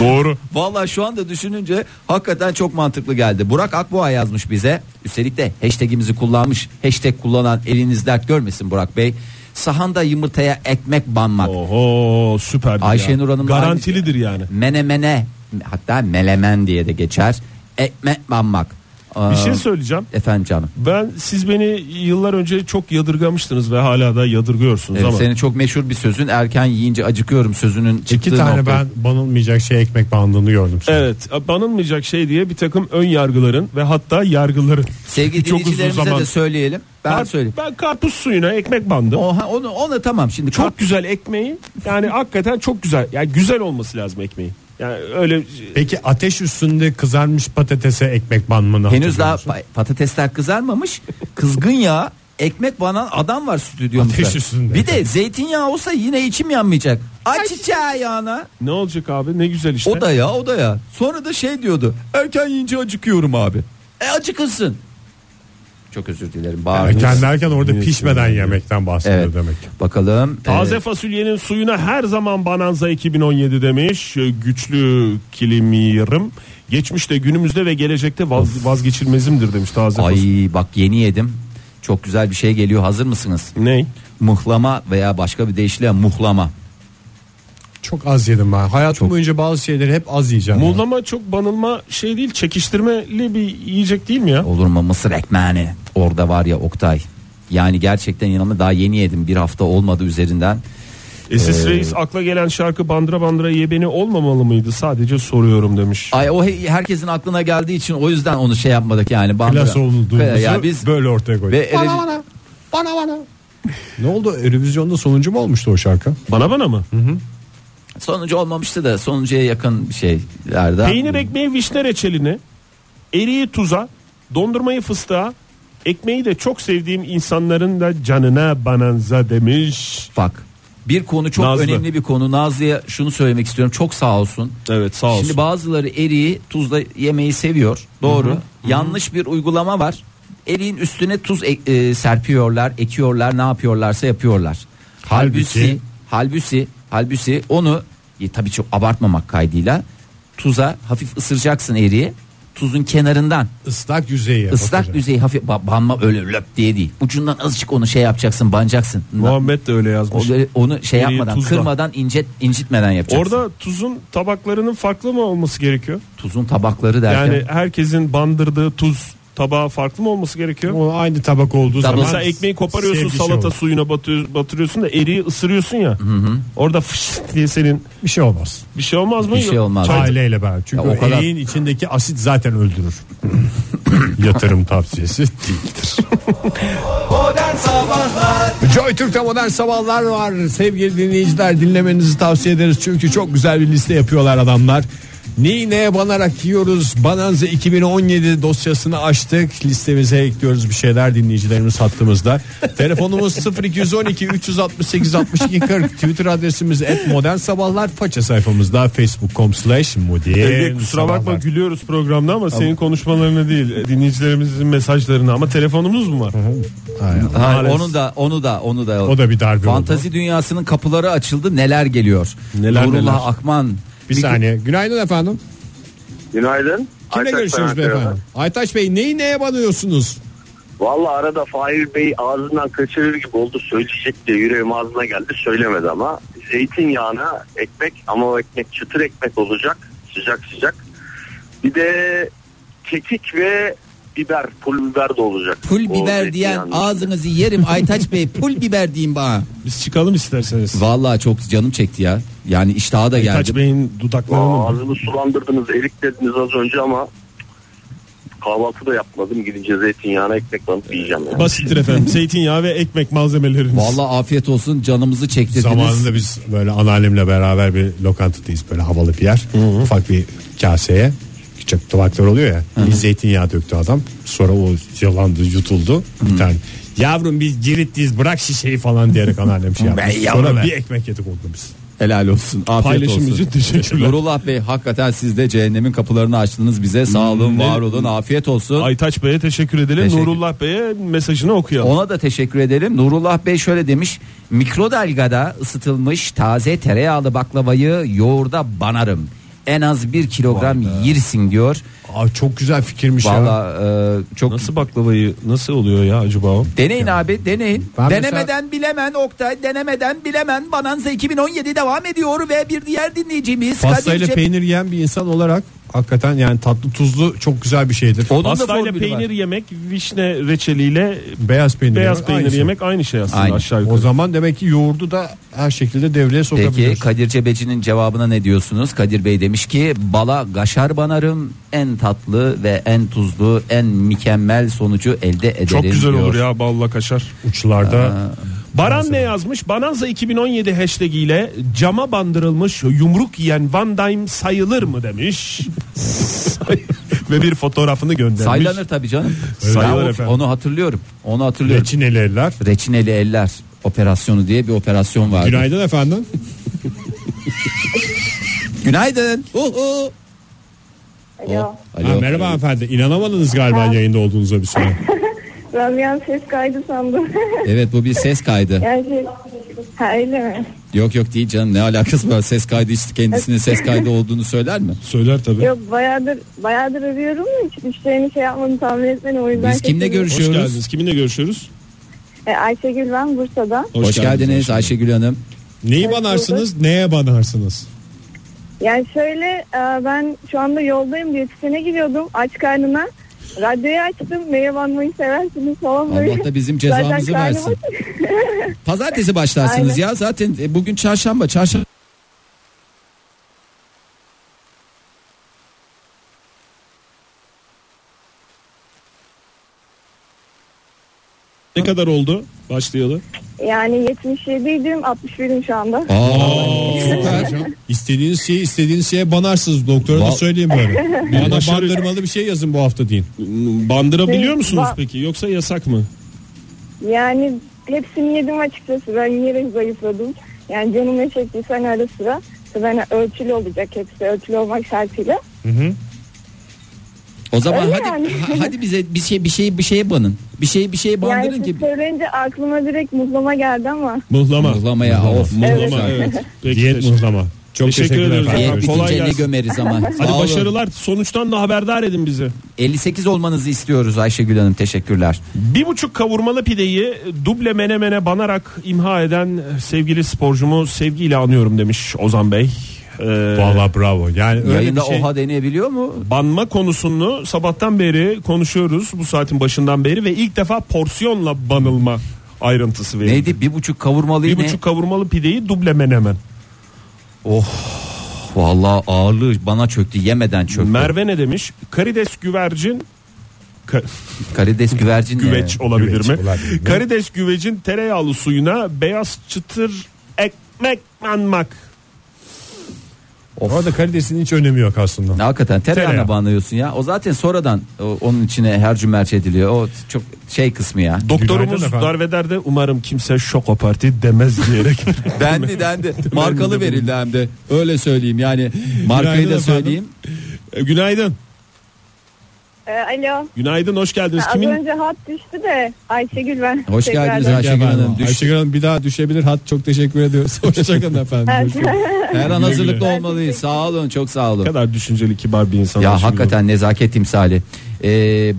[SPEAKER 3] Doğru.
[SPEAKER 4] Vallahi şu anda düşününce hakikaten çok mantıklı geldi. Burak Akboğa yazmış bize. Üstelik de hashtagimizi kullanmış. Hashtag kullanan eliniz dert görmesin Burak Bey. Sahanda yumurtaya ekmek banmak.
[SPEAKER 3] Oho süper.
[SPEAKER 4] Ayşenur şey. Hanım da
[SPEAKER 3] garantilidir
[SPEAKER 4] aynı-
[SPEAKER 3] yani.
[SPEAKER 4] Menemene hatta melemen diye de geçer. Ekmek banmak. Aa,
[SPEAKER 3] Bir şey söyleyeceğim.
[SPEAKER 4] Efendim canım.
[SPEAKER 3] Ben siz beni yıllar önce çok yadırgamıştınız ve hala da yadırgıyorsunuz
[SPEAKER 4] Evet,
[SPEAKER 3] ama.
[SPEAKER 4] senin çok meşhur bir sözün erken yiyince acıkıyorum sözünün çıktığı
[SPEAKER 2] İki tane
[SPEAKER 4] nokta.
[SPEAKER 2] ben banılmayacak şey ekmek bandını gördüm. sonra.
[SPEAKER 3] Evet, banılmayacak şey diye bir takım ön yargıların ve hatta yargıların.
[SPEAKER 4] Sevgili
[SPEAKER 3] Çok uzun
[SPEAKER 4] dinleyicilerimize
[SPEAKER 3] zaman.
[SPEAKER 4] de söyleyelim. Ben
[SPEAKER 3] Kar-
[SPEAKER 4] söyleyeyim.
[SPEAKER 3] ben karpuz suyuna ekmek bandım.
[SPEAKER 4] Oha, onu ona tamam şimdi
[SPEAKER 3] Çok
[SPEAKER 4] kar-
[SPEAKER 3] güzel ekmeği. Yani hakikaten çok güzel. Yani güzel olması lazım ekmeğin. Yani öyle
[SPEAKER 2] Peki ateş üstünde kızarmış patatese ekmek banmını
[SPEAKER 4] henüz
[SPEAKER 2] hatırlıyor
[SPEAKER 4] daha
[SPEAKER 2] musun?
[SPEAKER 4] pa- patatesler kızarmamış. Kızgın yağ ekmek banan adam var stüdyomuzda.
[SPEAKER 2] Ateş üstünde.
[SPEAKER 4] Bir de zeytinyağı olsa yine içim yanmayacak. Açacağı yağına.
[SPEAKER 3] ne olacak abi? Ne güzel işte.
[SPEAKER 4] O da ya o da ya. Sonra da şey diyordu. Erken yiyince acıkıyorum abi. E acıkırsın. Çok özür dilerim. Bağırdınız.
[SPEAKER 2] Erken derken orada pişmeden yemekten bahsediyor
[SPEAKER 4] Evet.
[SPEAKER 2] demek.
[SPEAKER 4] Bakalım.
[SPEAKER 3] Taze
[SPEAKER 4] Ee,
[SPEAKER 3] fasulyenin suyuna her zaman Bananza 2017 demiş. Ee, Güçlü kilimirim. Geçmişte, günümüzde ve gelecekte vaz- vazgeçilmezimdir demiş taze
[SPEAKER 4] ay
[SPEAKER 3] fasulye.
[SPEAKER 4] bak yeni yedim. Çok güzel bir şey geliyor. Hazır mısınız?
[SPEAKER 3] Ney?
[SPEAKER 4] Muhlama veya başka bir deyişle muhlama.
[SPEAKER 2] Çok az yedim ben. Hayatım boyunca bazı şeyleri hep az yiyeceğim. ya.
[SPEAKER 3] Muğlama çok banılma şey değil, çekiştirmeli bir yiyecek değil mi ya?
[SPEAKER 4] Olur mu mısır ekmeğini? Orada var ya Oktay. Yani gerçekten inanılmaz daha yeni yedim. Bir hafta olmadı üzerinden.
[SPEAKER 3] Esis Reis akla gelen şarkı bandıra bandıra ye beni olmamalı mıydı? Sadece soruyorum demiş.
[SPEAKER 4] Ay o he- herkesin aklına geldiği için o yüzden onu şey yapmadık yani. Bandıra.
[SPEAKER 2] Klas olduğumuzu
[SPEAKER 4] Ya biz
[SPEAKER 2] böyle ortaya koyduk.
[SPEAKER 4] ve
[SPEAKER 2] bana bana bana bana. Ne oldu? Eurovizyonda sonuncu mu olmuştu o şarkı?
[SPEAKER 3] Bana bana mı?
[SPEAKER 4] Sonucu olmamıştı da sonucuya yakın bir şeylerde.
[SPEAKER 3] Peynir e- ekmeği vişne reçelini, eriği tuza, dondurmayı fıstığa, ekmeği de çok sevdiğim insanların da canına bananza demiş.
[SPEAKER 4] Bak bir konu çok
[SPEAKER 3] Nazlı.
[SPEAKER 4] önemli bir konu. Nazlı'ya şunu söylemek istiyorum. Çok sağ olsun.
[SPEAKER 3] Evet sağ olsun.
[SPEAKER 4] Şimdi bazıları eriği tuzla yemeyi seviyor. Doğru. Yanlış bir uygulama var. Eriğin üstüne tuz ek- e, serpiyorlar, ekiyorlar, ne yapıyorlarsa yapıyorlar.
[SPEAKER 2] Halbuki-
[SPEAKER 4] halbuki halbuki halbuki onu e, tabii çok abartmamak kaydıyla tuza hafif ısıracaksın eriği. Tuzun kenarından
[SPEAKER 2] Islak yüzeyi.
[SPEAKER 4] Islak
[SPEAKER 2] yüzeyi.
[SPEAKER 4] yüzeyi hafif ba- banma öyle löp diye değil. Ucundan azıcık onu şey yapacaksın, banacaksın. Na-
[SPEAKER 3] Muhammed de öyle
[SPEAKER 4] o-
[SPEAKER 3] yazmış.
[SPEAKER 4] böyle onu şey
[SPEAKER 3] Eriği
[SPEAKER 4] yapmadan,
[SPEAKER 3] tuzla.
[SPEAKER 4] kırmadan, incet incitmeden yapacaksın.
[SPEAKER 3] Orada tuzun tabaklarının farklı mı olması gerekiyor?
[SPEAKER 4] tuzun tabakları derken
[SPEAKER 3] Yani herkesin bandırdığı tuz tabağı farklı mı olması gerekiyor?
[SPEAKER 2] O aynı tabak olduğu
[SPEAKER 4] Tamam.
[SPEAKER 2] zaman.
[SPEAKER 3] Mesela ekmeği koparıyorsun
[SPEAKER 2] sevgi
[SPEAKER 3] salata
[SPEAKER 2] şey olur.
[SPEAKER 3] suyuna batı- batırıyorsun da eriği ısırıyorsun ya. Orada fış diye senin
[SPEAKER 2] Bir şey olmaz.
[SPEAKER 3] bir şey olmaz mı?
[SPEAKER 4] Bir şey olmaz.
[SPEAKER 3] Çay-
[SPEAKER 2] Aileyle beraber. Çünkü
[SPEAKER 4] Ya o
[SPEAKER 2] o
[SPEAKER 4] kadar-
[SPEAKER 2] eriğin içindeki asit zaten öldürür. Yatırım tavsiyesi değildir. Joy Türk'te modern sabahlar var. Sevgili dinleyiciler dinlemenizi tavsiye ederiz. Çünkü çok güzel bir liste yapıyorlar adamlar. Neyi neye banarak yiyoruz? Bananza 2017 dosyasını açtık. Listemize ekliyoruz bir şeyler dinleyicilerimiz hattımızda. Telefonumuz 0212 368 62 40. Twitter adresimiz et modern sabahlar. Faça sayfamızda facebook.com slash Ee,
[SPEAKER 3] Ege, kusura bakma gülüyoruz programda ama senin konuşmalarına değil e, dinleyicilerimizin mesajlarına ama telefonumuz mu var?
[SPEAKER 4] Hayır,
[SPEAKER 3] Maalesef.
[SPEAKER 4] onu da onu da onu da
[SPEAKER 2] O da bir darbe
[SPEAKER 4] Fantazi dünyasının kapıları açıldı. Neler geliyor?
[SPEAKER 3] Neler
[SPEAKER 4] Nurullah
[SPEAKER 3] neler.
[SPEAKER 4] Akman.
[SPEAKER 2] Bir saniye. Günaydın efendim.
[SPEAKER 6] Günaydın.
[SPEAKER 2] Kimle
[SPEAKER 6] Aytaç
[SPEAKER 2] görüşüyoruz
[SPEAKER 6] Taner
[SPEAKER 2] beyefendi?
[SPEAKER 6] Kaya'dan.
[SPEAKER 2] Aytaç Bey neyi neye banıyorsunuz?
[SPEAKER 6] Valla arada Fahir Bey ağzından kaçırır gibi oldu. Söyleyecek diye yüreğim ağzına geldi. Söylemedi ama. Zeytinyağına ekmek ama o ekmek çıtır ekmek olacak. Sıcak sıcak. Bir de kekik ve biber, pul biber de olacak.
[SPEAKER 4] Pul
[SPEAKER 6] O
[SPEAKER 4] biber diyen
[SPEAKER 6] zeytinyağının
[SPEAKER 4] ağzınızı yerim Aytaç Bey. Pul biber diyeyim bana.
[SPEAKER 3] Biz çıkalım isterseniz.
[SPEAKER 4] Vallahi çok canım çekti ya. Yani iştaha da
[SPEAKER 3] Taç
[SPEAKER 4] geldi.
[SPEAKER 3] Bey'in
[SPEAKER 6] içinde. Aa,
[SPEAKER 3] dudaklarını
[SPEAKER 6] Ağzımı sulandırdınız, erik dediniz az önce ama kahvaltı da yapmadım. Gidince zeytinyağına ekmek banıp yiyeceğim. Yani.
[SPEAKER 3] basittir efendim. Zeytinyağı ve ekmek malzemelerimiz.
[SPEAKER 4] Vallahi afiyet olsun canımızı çektirdiniz.
[SPEAKER 2] Zamanında biz böyle anneannemle beraber bir lokantadayız böyle havalı bir yer. Ufak bir kaseye küçük tabaklar oluyor ya. Bir zeytinyağı döktü adam. Sonra o yalandı yutuldu. Bir tane yavrum biz giritliyiz bırak şişeyi falan diyerek anneannem şey yaptı.
[SPEAKER 4] Ben yavrum
[SPEAKER 2] Sonra
[SPEAKER 4] ben.
[SPEAKER 2] bir ekmek yedik oldu biz.
[SPEAKER 4] Helal olsun. Afiyet
[SPEAKER 3] Paylaşım
[SPEAKER 4] olsun.
[SPEAKER 3] için teşekkürler.
[SPEAKER 4] Nurullah Bey hakikaten siz de cehennemin kapılarını açtınız bize. Sağ olun, var olun, afiyet olsun.
[SPEAKER 3] Aytaç Bey'e teşekkür edelim.
[SPEAKER 4] Teşekkür.
[SPEAKER 3] Nurullah Bey'e mesajını okuyalım.
[SPEAKER 4] Ona da teşekkür edelim. Nurullah Bey şöyle demiş. Mikrodalgada ısıtılmış taze tereyağlı baklavayı yoğurda banarım. En az bir kilogram yersin diyor.
[SPEAKER 2] Aa, çok güzel fikirmiş ya.
[SPEAKER 4] Valla e, çok
[SPEAKER 3] Nasıl baklavayı nasıl oluyor ya acaba o?
[SPEAKER 4] deneyin abi deneyin.
[SPEAKER 2] Ben mesela-
[SPEAKER 4] denemeden bilemen Oktay denemeden bilemen Bananza 2017 devam ediyor ve bir diğer dinleyicimiz
[SPEAKER 2] Pastayla
[SPEAKER 4] Kadir Cep-
[SPEAKER 2] peynir yiyen bir insan olarak hakikaten yani tatlı tuzlu çok güzel bir şeydir.
[SPEAKER 4] Onun da
[SPEAKER 3] Pastayla
[SPEAKER 4] formülü var.
[SPEAKER 3] peynir yemek, vişne reçeliyle
[SPEAKER 2] beyaz peynir,
[SPEAKER 3] beyaz
[SPEAKER 2] yemek
[SPEAKER 3] peynir
[SPEAKER 2] aynı şey.
[SPEAKER 3] yemek aynı şey aslında
[SPEAKER 4] Aynı.
[SPEAKER 3] aşağı yukarı.
[SPEAKER 2] O zaman demek ki yoğurdu da her şekilde devreye
[SPEAKER 4] Peki
[SPEAKER 2] sokabiliyoruz.
[SPEAKER 4] Kadir Cebeci'nin cevabına ne diyorsunuz? Kadir Bey demiş ki bala gaşar banarım en tatlı ve en tuzlu en mükemmel sonucu elde ederim
[SPEAKER 3] Çok güzel
[SPEAKER 4] diyor.
[SPEAKER 3] olur ya balla kaşar.
[SPEAKER 2] Uçlarda
[SPEAKER 3] Baran ne yazmış? Bananza 2017 hashtag ile cama bandırılmış yumruk yiyen Van Dime sayılır mı demiş. Say- Ve bir fotoğrafını göndermiş.
[SPEAKER 4] Saylanır tabii canım.
[SPEAKER 3] Sayılır
[SPEAKER 4] Ben o-
[SPEAKER 3] efendim.
[SPEAKER 4] Onu hatırlıyorum. Onu hatırlıyorum.
[SPEAKER 2] reçineli eller.
[SPEAKER 4] Reçineli eller operasyonu diye bir operasyon vardı.
[SPEAKER 2] Günaydın efendim.
[SPEAKER 4] Günaydın. Uhu.
[SPEAKER 7] Alo.
[SPEAKER 4] Alo.
[SPEAKER 2] Ha, merhaba hanımefendi. İnanamadınız galiba yayında olduğunuza bir süre.
[SPEAKER 7] Ben bir an ses kaydı sandım.
[SPEAKER 4] Evet bu bir ses kaydı.
[SPEAKER 7] yani şey... Ha öyle mi?
[SPEAKER 4] Yok yok değil canım ne alakası var ses kaydı işte kendisinin ses kaydı olduğunu söyler mi?
[SPEAKER 2] Söyler tabii.
[SPEAKER 7] Yok bayağıdır bayağıdır arıyorum da hiç müşterinin şey yapmadım tahmin etmedim o yüzden.
[SPEAKER 4] Biz kimle
[SPEAKER 7] şaşırdım.
[SPEAKER 4] görüşüyoruz? Hoş,
[SPEAKER 2] Kiminle görüşüyoruz?
[SPEAKER 7] E, Ayşegül ben Bursa'dan.
[SPEAKER 4] geldiniz, Ayşegül Hanım.
[SPEAKER 2] Neyi
[SPEAKER 7] Hoş
[SPEAKER 2] banarsınız? Neye banarsınız?
[SPEAKER 7] Yani şöyle e, ben şu anda yoldayım diyetisyene gidiyordum aç karnına. Radyoyu açtım meyve banmayı seversiniz falan böyle.
[SPEAKER 4] Allah da bizim
[SPEAKER 7] Zaten
[SPEAKER 4] cezamızı
[SPEAKER 7] karnım
[SPEAKER 4] versin.
[SPEAKER 7] aç.
[SPEAKER 4] Pazartesi başlarsınız
[SPEAKER 7] Aynen.
[SPEAKER 4] ya zaten e, bugün çarşamba çarşamba.
[SPEAKER 3] Ne kadar oldu başlayalı?
[SPEAKER 7] Yani 77'ydim 61'im şu anda.
[SPEAKER 4] Aa, süper.
[SPEAKER 2] İstediğiniz şeyi istediğiniz şeye banarsınız. Doktora da
[SPEAKER 4] Val-
[SPEAKER 2] söyleyeyim böyle. Bana
[SPEAKER 3] Başarı-
[SPEAKER 2] bandırmalı bir şey yazın bu hafta deyin.
[SPEAKER 3] Bandırabiliyor
[SPEAKER 7] Ba-
[SPEAKER 3] musunuz peki yoksa yasak mı?
[SPEAKER 7] Yani hepsini yedim açıkçası. Ben yiyerek zayıfladım. Yani canım ne çektiyse hani ara sıra. Tabii hani ölçülü olacak hepsi. Ölçülü olmak şartıyla.
[SPEAKER 4] O zaman
[SPEAKER 7] Öyle
[SPEAKER 4] hadi
[SPEAKER 7] yani.
[SPEAKER 4] ha- hadi bize bir şey bir şey bir şeye banın. Bir şey bir şeye bandırın
[SPEAKER 7] yani
[SPEAKER 4] ki.
[SPEAKER 7] siz söyleyince aklıma direkt muzlama geldi ama.
[SPEAKER 3] Mıhlama.
[SPEAKER 4] Mıhlamaya of
[SPEAKER 3] Mıhlama
[SPEAKER 4] muhlama.
[SPEAKER 3] evet. Peki,
[SPEAKER 2] Diyet
[SPEAKER 3] teşekkür-
[SPEAKER 2] muhlama. Çok
[SPEAKER 3] Teşekkür
[SPEAKER 2] teşekkür
[SPEAKER 3] ediyoruz
[SPEAKER 2] ederim.
[SPEAKER 4] Diğer
[SPEAKER 3] efendim. Kolay
[SPEAKER 4] bitince ne
[SPEAKER 3] gelsin.
[SPEAKER 4] gömeriz ama.
[SPEAKER 3] Hadi
[SPEAKER 4] Sağ olun.
[SPEAKER 3] başarılar. Sonuçtan da haberdar edin bizi.
[SPEAKER 4] 58 olmanızı istiyoruz Ayşegül Hanım teşekkürler.
[SPEAKER 3] Bir buçuk kavurmalı pideyi duble menemene banarak imha eden sevgili sporcumu sevgiyle anıyorum demiş Ozan Bey. Ee,
[SPEAKER 2] Valla bravo. Yani öyle
[SPEAKER 4] Yayında
[SPEAKER 2] bir şey.
[SPEAKER 4] oha deneyebiliyor mu?
[SPEAKER 3] Banma konusunu sabahtan beri konuşuyoruz bu saatin başından beri ve ilk defa porsiyonla banılma ayrıntısı verildi.
[SPEAKER 4] Neydi bir buçuk kavurmalıyı
[SPEAKER 3] Bir
[SPEAKER 4] ne?
[SPEAKER 3] buçuk kavurmalı pideyi duble menemen.
[SPEAKER 4] Vallahi ağırlığı bana çöktü yemeden çöktü.
[SPEAKER 3] Merve ne demiş? Karides güvercin Ka-
[SPEAKER 4] Karides güvercin ne?
[SPEAKER 3] güveç olabilir
[SPEAKER 2] Güveç
[SPEAKER 3] mi?
[SPEAKER 2] olabilir mi?
[SPEAKER 3] Karides güvecin tereyağlı suyuna beyaz çıtır ekmek manmak.
[SPEAKER 2] Orada kalitesinin hiç önemi yok aslında.
[SPEAKER 4] Hakikaten tereyağına
[SPEAKER 3] Tereyağı.
[SPEAKER 4] banıyorsun ya. O zaten sonradan o- onun içine her cümerç ediliyor. O çok şey kısmı ya.
[SPEAKER 2] Günaydın
[SPEAKER 3] Doktorumuz
[SPEAKER 2] efendim.
[SPEAKER 3] darvederde umarım kimse şoko parti demez diyerek.
[SPEAKER 4] dendi dendi. Markalı verildi hem de. Öyle söyleyeyim yani. Markayı
[SPEAKER 2] Günaydın
[SPEAKER 4] da
[SPEAKER 2] efendim.
[SPEAKER 4] söyleyeyim.
[SPEAKER 3] E, Günaydın.
[SPEAKER 7] Ee, alo.
[SPEAKER 3] Günaydın hoş geldiniz.
[SPEAKER 7] Az
[SPEAKER 3] Kimin
[SPEAKER 7] önce hat düştü de Ayşegül ben.
[SPEAKER 4] Hoş geldiniz
[SPEAKER 7] Tekrardan.
[SPEAKER 4] Ayşegül Hanım. Düş-
[SPEAKER 2] Ayşegül Hanım bir daha düşebilir. Hat çok teşekkür ediyoruz. Hoşçakalın efendim.
[SPEAKER 7] Evet.
[SPEAKER 4] Her an hazırlıklı olmalıyız. Sağ olun çok sağ olun.
[SPEAKER 3] ne kadar düşünceli kibar bir insan.
[SPEAKER 4] Ya
[SPEAKER 3] Ayşegül
[SPEAKER 4] hakikaten nezaket timsali. Ee,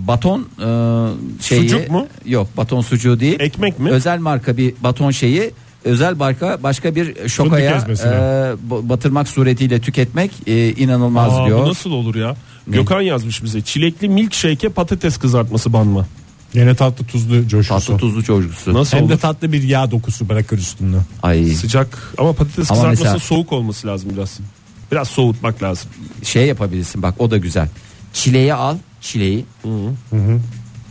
[SPEAKER 4] baton e, şeyi
[SPEAKER 3] Sucuk mu?
[SPEAKER 4] Yok, baton sucuğu değil.
[SPEAKER 3] Ekmek mi?
[SPEAKER 4] Özel marka bir baton şeyi özel marka başka bir şokaya
[SPEAKER 2] ezmesine.
[SPEAKER 4] e, ba- batırmak suretiyle tüketmek e, inanılmaz
[SPEAKER 3] Aa,
[SPEAKER 4] diyor.
[SPEAKER 3] Bu nasıl olur ya? Gökhan yazmış bize. Çilekli milkshake'e patates kızartması banma.
[SPEAKER 2] Yine tatlı tuzlu coşkusu.
[SPEAKER 4] Tatlı tuzlu çocuğusu.
[SPEAKER 3] şey? Nasıl şey?
[SPEAKER 2] Hem
[SPEAKER 3] olur?
[SPEAKER 2] de tatlı bir yağ dokusu bırakır üstünde.
[SPEAKER 4] Ay
[SPEAKER 3] Sıcak ama patates
[SPEAKER 4] Ama
[SPEAKER 3] kızartmasının
[SPEAKER 4] mesela-
[SPEAKER 3] soğuk olması lazım biraz. Biraz soğutmak lazım.
[SPEAKER 4] şey yapabilirsin bak o da güzel. Çileği al çileği.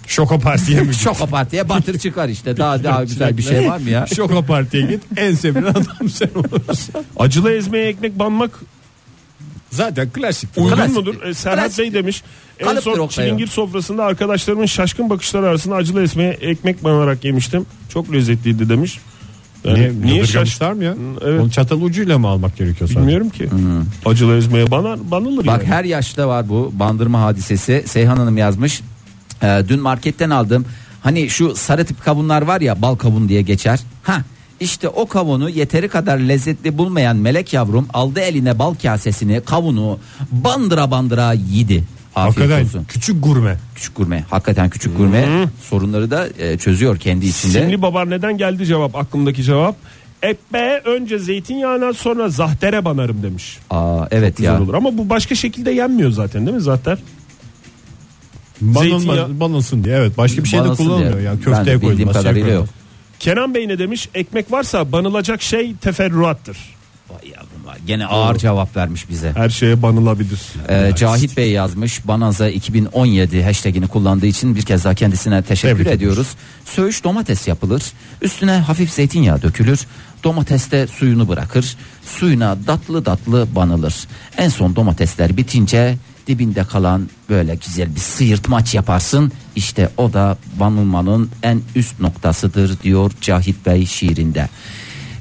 [SPEAKER 2] Şoko partiye mi?
[SPEAKER 4] Şoka partiye batır çıkar işte. Daha daha güzel bir şey var mı ya?
[SPEAKER 2] Şoko partiye git. En sevilen adam sen olursun.
[SPEAKER 3] Acılı ezmeye ekmek banmak
[SPEAKER 2] Zaten klasik.
[SPEAKER 3] uygun
[SPEAKER 4] Klasik.
[SPEAKER 3] mudur? E, Serhat
[SPEAKER 4] Klasik.
[SPEAKER 3] Bey demiş. En
[SPEAKER 4] Kalıptır
[SPEAKER 3] son
[SPEAKER 4] Oktay
[SPEAKER 3] çilingir sofrasında arkadaşlarımın şaşkın bakışları arasında acılı ezmeye ekmek banarak yemiştim. Çok lezzetliydi demiş. Yani
[SPEAKER 2] Niye, niye
[SPEAKER 3] şaş-
[SPEAKER 2] şaşlar mı ya?
[SPEAKER 3] Evet.
[SPEAKER 2] Onu çatal ucuyla mı almak gerekiyor sadece?
[SPEAKER 3] Bilmiyorum ki. Acılı ezmeye banar, banılır
[SPEAKER 4] Hmm. Bak
[SPEAKER 3] yani.
[SPEAKER 4] her yaşta var bu bandırma hadisesi. Seyhan Hanım yazmış. Ee, dün marketten aldım. Hani şu sarı tip kavunlar var ya bal kavun diye geçer. Ha işte o kavunu yeteri kadar lezzetli bulmayan melek yavrum aldı eline bal kasesini kavunu bandıra bandıra yedi. Afiyet
[SPEAKER 2] Hakikaten
[SPEAKER 4] olsun.
[SPEAKER 2] küçük gurme.
[SPEAKER 4] Küçük gurme. Hakikaten küçük gurme sorunları da e, çözüyor kendi içinde.
[SPEAKER 3] Simli babaanneden geldi cevap aklımdaki cevap. Ekmeğe önce zeytinyağına sonra zahtere banarım demiş.
[SPEAKER 4] Aa evet
[SPEAKER 3] Güzel
[SPEAKER 4] ya.
[SPEAKER 3] olur ama bu başka şekilde yenmiyor zaten değil mi zahter? Zeytinyağı-
[SPEAKER 2] Banılma- banılsın diye evet başka bir şey de
[SPEAKER 4] Banılsın
[SPEAKER 2] kullanılmıyor.
[SPEAKER 4] diye.
[SPEAKER 2] Yani
[SPEAKER 4] Ben
[SPEAKER 2] köfteye
[SPEAKER 4] de bildiğim
[SPEAKER 2] koyulmaz. şey
[SPEAKER 4] kadarıyla
[SPEAKER 2] koyulmaz.
[SPEAKER 4] yok.
[SPEAKER 3] Kenan Bey ne demiş? Ekmek varsa banılacak şey teferruattır.
[SPEAKER 4] Vay yavrum vay. Gene ağır cevap vermiş bize.
[SPEAKER 3] Her şeye banılabilir.
[SPEAKER 4] Ee, Cahit Bey yazmış Bananza 2017 hashtagini kullandığı için bir kez daha kendisine teşekkür
[SPEAKER 2] Tebrik
[SPEAKER 4] ediyoruz. Söğüş domates yapılır. Üstüne hafif zeytinyağı dökülür. Domates de suyunu bırakır. Suyuna datlı datlı banılır. En son domatesler bitince dibinde kalan böyle güzel bir sıyırtmaç yaparsın. İşte o da banılmanın en üst noktasıdır diyor Cahit Bey şiirinde.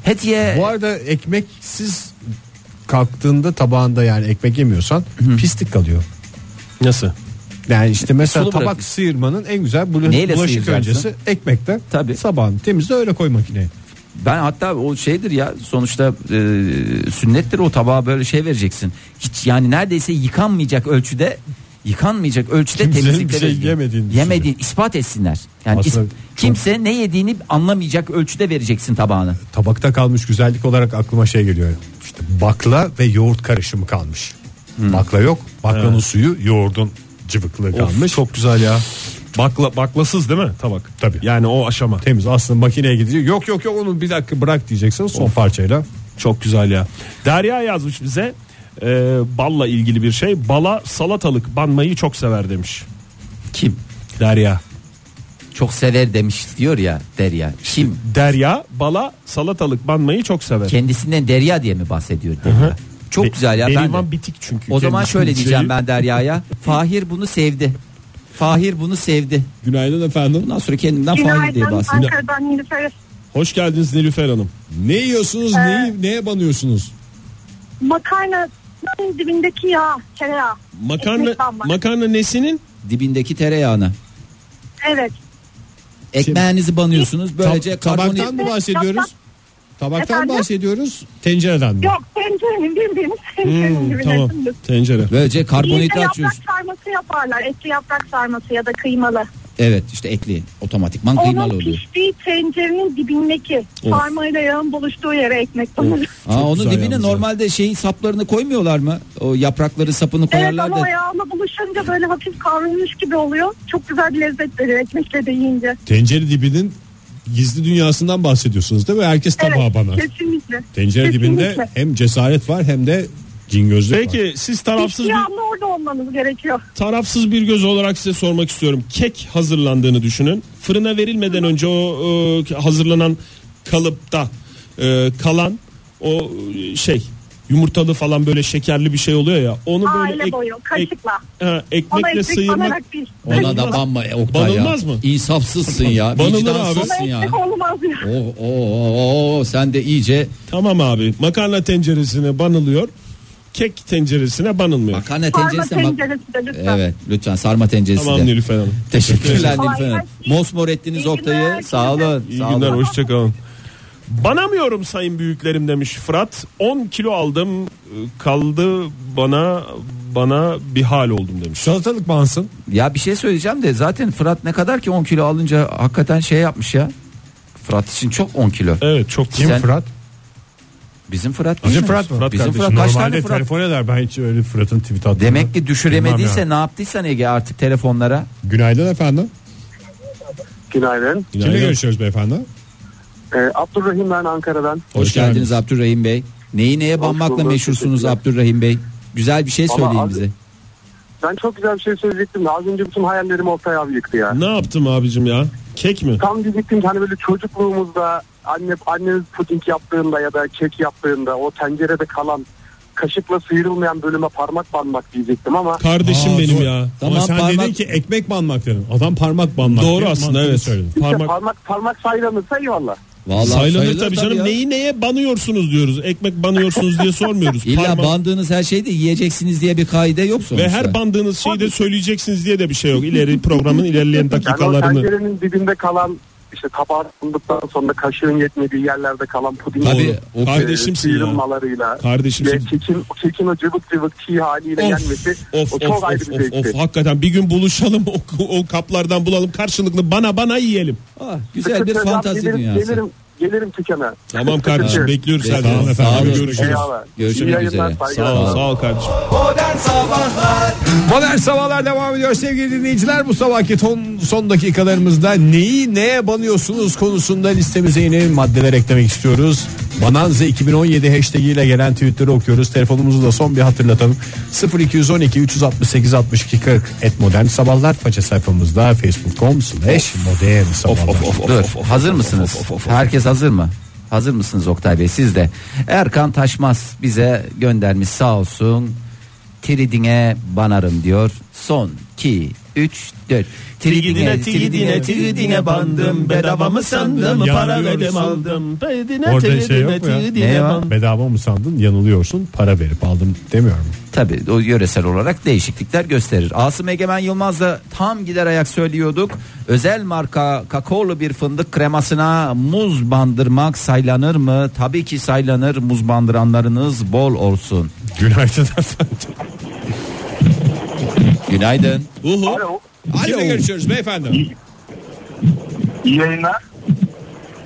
[SPEAKER 4] Hediye
[SPEAKER 2] Bu arada ekmeksiz kalktığında tabağında yani ekmek yemiyorsan pislik kalıyor.
[SPEAKER 3] Nasıl?
[SPEAKER 2] Yani işte mesela
[SPEAKER 4] Sulu
[SPEAKER 2] tabak
[SPEAKER 4] bırakın.
[SPEAKER 2] sıyırmanın en güzel bula-
[SPEAKER 4] Neyle
[SPEAKER 2] bulaşık
[SPEAKER 4] sıyıracaksın?
[SPEAKER 2] öncesi ekmekten.
[SPEAKER 4] Tabii.
[SPEAKER 2] Sabahın temizle öyle koy makineye.
[SPEAKER 4] Ben hatta o şeydir ya sonuçta e, sünnettir o tabağa böyle şey vereceksin. Hiç yani neredeyse yıkanmayacak ölçüde yıkanmayacak ölçüde
[SPEAKER 2] Kimsenin bir
[SPEAKER 4] temizlikle
[SPEAKER 2] şey
[SPEAKER 4] vereceksin.
[SPEAKER 2] yemediğini düşünüyorum.
[SPEAKER 4] Yemediğini ispat etsinler. Yani
[SPEAKER 2] Aslında
[SPEAKER 4] is-
[SPEAKER 2] çok-
[SPEAKER 4] kimse ne yediğini anlamayacak ölçüde vereceksin tabağını.
[SPEAKER 2] Tabakta kalmış güzellik olarak aklıma şey geliyor. İşte bakla ve yoğurt karışımı kalmış.
[SPEAKER 3] Hmm.
[SPEAKER 2] Bakla yok. Baklanın suyu yoğurdun cıvıklığı kalmış.
[SPEAKER 3] çok güzel ya. Bakla baklasız değil mi tabak?
[SPEAKER 2] Tabii.
[SPEAKER 3] Yani o aşama.
[SPEAKER 2] Temiz aslında makineye gidecek. Yok yok yok onu bir dakika bırak diyeceksin son parçayla.
[SPEAKER 3] Çok güzel ya. Derya yazmış bize e, balla ilgili bir şey. Bala salatalık banmayı çok sever demiş.
[SPEAKER 4] Kim?
[SPEAKER 3] Derya.
[SPEAKER 4] Çok sever demiş diyor ya Derya. Kim?
[SPEAKER 3] Derya bala salatalık banmayı çok sever.
[SPEAKER 4] Kendisinden Derya diye mi bahsediyor Derya? Çok
[SPEAKER 3] Be-
[SPEAKER 4] güzel ya ben de.
[SPEAKER 3] Derivan bitik çünkü.
[SPEAKER 4] O zaman
[SPEAKER 3] kendisinin
[SPEAKER 4] şöyle diyeceğim
[SPEAKER 3] şeyi.
[SPEAKER 4] ben Derya'ya. Fahir bunu sevdi. Fahir bunu sevdi.
[SPEAKER 3] Günaydın efendim.
[SPEAKER 4] Bundan sonra kendimden Fahir diye
[SPEAKER 8] Günaydın
[SPEAKER 4] bahsedeyim.
[SPEAKER 8] Ankara'dan Nilüfer.
[SPEAKER 3] Hoş geldiniz Nilüfer Hanım.
[SPEAKER 2] Ne yiyorsunuz
[SPEAKER 8] Ee,
[SPEAKER 2] neyi, neye banıyorsunuz?
[SPEAKER 8] Makarna dibindeki yağ, tereyağı.
[SPEAKER 3] Makarna
[SPEAKER 8] Ekmek banmak.
[SPEAKER 3] makarna nesinin?
[SPEAKER 4] Dibindeki tereyağını.
[SPEAKER 8] evet.
[SPEAKER 4] Ekmeğinizi banıyorsunuz böylece
[SPEAKER 2] Tab- tabaktan
[SPEAKER 4] karbonhidrat
[SPEAKER 2] mı bahsediyoruz? Tabaktan mı
[SPEAKER 8] Efendim?
[SPEAKER 2] bahsediyoruz? Tencereden mi?
[SPEAKER 8] Yok tencerenin bildiğiniz tencerenin dibine.
[SPEAKER 3] Hmm, Tamam
[SPEAKER 8] dümdüz.
[SPEAKER 3] tencere.
[SPEAKER 4] böylece
[SPEAKER 8] Bir de
[SPEAKER 4] karbonhidrat
[SPEAKER 8] yaprak
[SPEAKER 4] yiyorsunuz.
[SPEAKER 8] sarması yaparlar. Etli yaprak sarması ya da kıymalı.
[SPEAKER 4] Evet işte etli otomatikman kıymalı
[SPEAKER 8] Onun
[SPEAKER 4] oluyor.
[SPEAKER 8] piştiği tencerenin dibindeki parmağıyla yağın buluştuğu yere ekmek banılır.
[SPEAKER 4] Aa, onun
[SPEAKER 2] güzel
[SPEAKER 4] dibine
[SPEAKER 2] yalnız ya.
[SPEAKER 4] normalde şeyin saplarını koymuyorlar mı? O yaprakları sapını
[SPEAKER 8] Evet ama
[SPEAKER 4] koyarlar
[SPEAKER 8] o
[SPEAKER 4] da.
[SPEAKER 8] yağla buluşunca böyle hafif kavrulmuş gibi oluyor. Çok güzel bir lezzet veriyor ekmekle de yiyince.
[SPEAKER 2] Tencere dibinin gizli dünyasından bahsediyorsunuz değil mi? Herkes tabağa
[SPEAKER 8] Evet
[SPEAKER 2] banar.
[SPEAKER 8] kesinlikle.
[SPEAKER 2] Tencere dibinde
[SPEAKER 8] Kesinlikle.
[SPEAKER 2] hem cesaret var hem de cin gözlük var.
[SPEAKER 3] Peki siz tarafsız
[SPEAKER 8] İşçi
[SPEAKER 3] bir,
[SPEAKER 8] yanlı orada olmanız gerekiyor.
[SPEAKER 3] tarafsız bir göz olarak size sormak istiyorum. Kek hazırlandığını düşünün. Fırına verilmeden önce o e, hazırlanan kalıpta e, kalan o e, şey yumurtalı falan böyle şekerli bir şey oluyor ya. Onu böyle
[SPEAKER 8] Aile
[SPEAKER 3] ek-
[SPEAKER 8] boyu
[SPEAKER 3] ek-
[SPEAKER 8] kaşıkla.
[SPEAKER 3] ha,
[SPEAKER 8] Ona
[SPEAKER 3] ekmekle
[SPEAKER 8] ekmek
[SPEAKER 3] sıyırmak
[SPEAKER 8] banarak değil.
[SPEAKER 4] Ona da banma e, Oktay ya.
[SPEAKER 3] Banılmaz mı?
[SPEAKER 4] İnsafsızsın ya.
[SPEAKER 3] Banılır
[SPEAKER 8] Ona
[SPEAKER 4] Vicdansızsın ya.
[SPEAKER 8] ekmek olmaz ya.
[SPEAKER 4] Oo, oo, oo, oo, sen de iyice
[SPEAKER 3] Tamam abi. Makarna tenceresine banılıyor. Kek tenceresine banılmıyor.
[SPEAKER 4] makarna
[SPEAKER 8] Parma
[SPEAKER 4] tenceresine bak.
[SPEAKER 8] tenceresi de lütfen.
[SPEAKER 4] Evet lütfen sarma tenceresi
[SPEAKER 3] Tamam
[SPEAKER 4] de.
[SPEAKER 3] Nilüfer Hanım.
[SPEAKER 4] Teşekkürler
[SPEAKER 8] Kolay
[SPEAKER 4] Nilüfer Hanım.
[SPEAKER 8] gelsin.
[SPEAKER 4] Mosmor ettiniz
[SPEAKER 8] İyi
[SPEAKER 4] Oktay'ı.
[SPEAKER 8] günler.
[SPEAKER 4] Sağ olun.
[SPEAKER 3] İyi
[SPEAKER 4] sağ
[SPEAKER 3] günler
[SPEAKER 4] olun.
[SPEAKER 3] hoşçakalın. Banamıyorum sayın büyüklerim demiş Fırat. 10 kilo aldım kaldı bana bana bir hal oldum demiş.
[SPEAKER 2] Salatalık bansın.
[SPEAKER 4] Ya bir şey söyleyeceğim de zaten Fırat ne kadar ki 10 kilo alınca hakikaten şey yapmış ya. Fırat için çok 10 kilo.
[SPEAKER 3] Evet çok
[SPEAKER 2] Kim
[SPEAKER 4] Sen-
[SPEAKER 2] Fırat?
[SPEAKER 4] Bizim Fırat değil
[SPEAKER 2] Bizim
[SPEAKER 4] mi?
[SPEAKER 2] Fırat mı?
[SPEAKER 4] Bizim
[SPEAKER 2] kardeşim.
[SPEAKER 4] Fırat kaç tane
[SPEAKER 2] Normalde
[SPEAKER 4] Fırat?
[SPEAKER 2] telefon eder ben hiç öyle Fırat'ın tweet attığını.
[SPEAKER 4] Demek ki
[SPEAKER 2] bilmem
[SPEAKER 4] düşüremediyse
[SPEAKER 2] yani.
[SPEAKER 4] ne yaptıysan Ege artık telefonlara.
[SPEAKER 2] Günaydın efendim.
[SPEAKER 6] Günaydın.
[SPEAKER 2] Kimle görüşüyoruz beyefendi?
[SPEAKER 6] Ee, Abdurrahim ben Ankara'dan.
[SPEAKER 4] Hoş, geldiniz, Abdurrahim Bey. Neyi neye
[SPEAKER 6] Hoş
[SPEAKER 4] banmakla
[SPEAKER 6] bulduk,
[SPEAKER 4] meşhursunuz
[SPEAKER 6] teşekkürler.
[SPEAKER 4] Abdurrahim Bey? Güzel bir şey
[SPEAKER 6] Ama
[SPEAKER 4] söyleyin
[SPEAKER 6] abi-
[SPEAKER 4] bize.
[SPEAKER 6] Ben çok güzel bir şey söyleyecektim. de Az önce bütün hayallerimi Oktay abi yıktı ya.
[SPEAKER 3] Ne yaptım abicim ya? Kek mi?
[SPEAKER 6] Tam diyecektim ki hani böyle çocukluğumuzda anne anneniz puding yaptığında ya da kek yaptığında o tencerede kalan kaşıkla sıyrılmayan bölüme parmak banmak diyecektim ama
[SPEAKER 3] Kardeşim
[SPEAKER 2] Aa,
[SPEAKER 3] benim
[SPEAKER 2] doğru.
[SPEAKER 3] ya.
[SPEAKER 4] Tamam,
[SPEAKER 2] Ama sen
[SPEAKER 4] parmak-
[SPEAKER 2] dedin ki ekmek banmak dedin. Adam parmak banmak.
[SPEAKER 3] Doğru
[SPEAKER 2] diye
[SPEAKER 3] aslında
[SPEAKER 2] mantığını
[SPEAKER 3] evet.
[SPEAKER 2] söyledin.
[SPEAKER 6] işte
[SPEAKER 3] Parmak
[SPEAKER 6] parmak parmak saylanırsa eyvallah.
[SPEAKER 4] Vallahi
[SPEAKER 3] sayılır
[SPEAKER 4] sayılır
[SPEAKER 3] tabii canım.
[SPEAKER 4] ya.
[SPEAKER 3] Neyi neye banıyorsunuz diyoruz. Ekmek banıyorsunuz diye sormuyoruz.
[SPEAKER 4] İlla
[SPEAKER 3] Parmak-
[SPEAKER 4] bandığınız her şeyi de yiyeceksiniz diye bir kaide yok sonuçta.
[SPEAKER 3] ve her bandığınız şeyi de söyleyeceksiniz diye de bir şey yok. İleri programın ilerleyen
[SPEAKER 6] Yani hani o
[SPEAKER 3] dakikalarını.
[SPEAKER 6] tencerenin dibinde kalan işte tabağa atıldıktan sonra kaşığın yetmediği yerlerde kalan puding e,
[SPEAKER 4] Tabii, o-
[SPEAKER 3] Kardeşimsin
[SPEAKER 6] Ee,
[SPEAKER 3] ya.
[SPEAKER 6] sıyrılmalarıyla ve
[SPEAKER 3] Kardeşimsin.
[SPEAKER 6] kekin, kekin o cıvık cıvık çiğ haliyle yenmesi
[SPEAKER 3] of,
[SPEAKER 6] o
[SPEAKER 3] of,
[SPEAKER 6] çok
[SPEAKER 3] of,
[SPEAKER 6] ayrı
[SPEAKER 3] of,
[SPEAKER 6] bir zevkti.
[SPEAKER 3] of. hakikaten bir gün buluşalım o, o kaplardan bulalım karşılıklı bana bana yiyelim.
[SPEAKER 4] Ah, güzel bir
[SPEAKER 6] Sıkıntı yok,
[SPEAKER 4] fantazi
[SPEAKER 6] gelirim,
[SPEAKER 4] dünyası.
[SPEAKER 6] Gelirim, Gelirim tükene.
[SPEAKER 3] Tamam kardeşim bekliyoruz
[SPEAKER 4] Peki,
[SPEAKER 3] senden.
[SPEAKER 4] tamam efendim.
[SPEAKER 3] Abi
[SPEAKER 4] Görüşürüz.
[SPEAKER 3] görüşürüz.
[SPEAKER 6] Eyvallah.
[SPEAKER 4] Görüşmek
[SPEAKER 6] İyi yayınlar,
[SPEAKER 4] üzere.
[SPEAKER 6] saygılar.
[SPEAKER 3] Sağ ol, sağ ol kardeşim.
[SPEAKER 1] Modern Sabahlar
[SPEAKER 2] Modern Sabahlar devam ediyor sevgili dinleyiciler. Bu sabahki ton, son dakikalarımızda neyi neye banıyorsunuz konusunda listemize yeni maddeler eklemek istiyoruz. Bananza 2017 hashtag ile gelen tweetleri okuyoruz. Telefonumuzu da son bir hatırlatalım. 0212 368 62 40 et modern sabahlar faça sayfamızda facebook.com slash modern sabahlar.
[SPEAKER 4] Dur. hazır mısınız? Herkes hazır mı? Hazır mısınız Oktay Bey siz de? Erkan Taşmaz bize göndermiş sağ olsun. Tridine banarım diyor. Son 2 3 4.
[SPEAKER 9] Tigidine tigidine tigidine bandım bedava mı sandım para verdim aldım.
[SPEAKER 2] Orada şey yok mu ya?
[SPEAKER 4] Ne var?
[SPEAKER 2] Bedava mı sandın yanılıyorsun para verip aldım demiyorum.
[SPEAKER 4] Tabii o yöresel olarak değişiklikler gösterir. Asım Egemen Yılmaz'la tam gider ayak söylüyorduk. Özel marka kakaolu bir fındık kremasına muz bandırmak saylanır mı? Tabii ki saylanır. Muz bandıranlarınız bol olsun.
[SPEAKER 2] Günaydın.
[SPEAKER 4] Günaydın.
[SPEAKER 3] Uhu.
[SPEAKER 6] Alo.
[SPEAKER 2] Hadi görüşüyoruz beyefendi.
[SPEAKER 6] İyi yayınlar.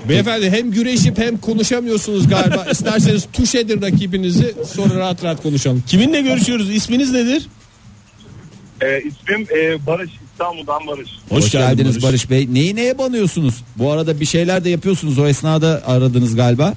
[SPEAKER 2] Beyefendi hem güreşip hem konuşamıyorsunuz galiba. İsterseniz tuş edin rakibinizi sonra rahat rahat konuşalım.
[SPEAKER 3] Kiminle görüşüyoruz? İsminiz nedir?
[SPEAKER 6] Ee, ismim e, Barış. İstanbul'dan Barış.
[SPEAKER 4] Hoş,
[SPEAKER 3] geldin
[SPEAKER 4] geldiniz Barış. Bey. Neyi neye banıyorsunuz? Bu arada bir şeyler de yapıyorsunuz. O esnada aradınız galiba.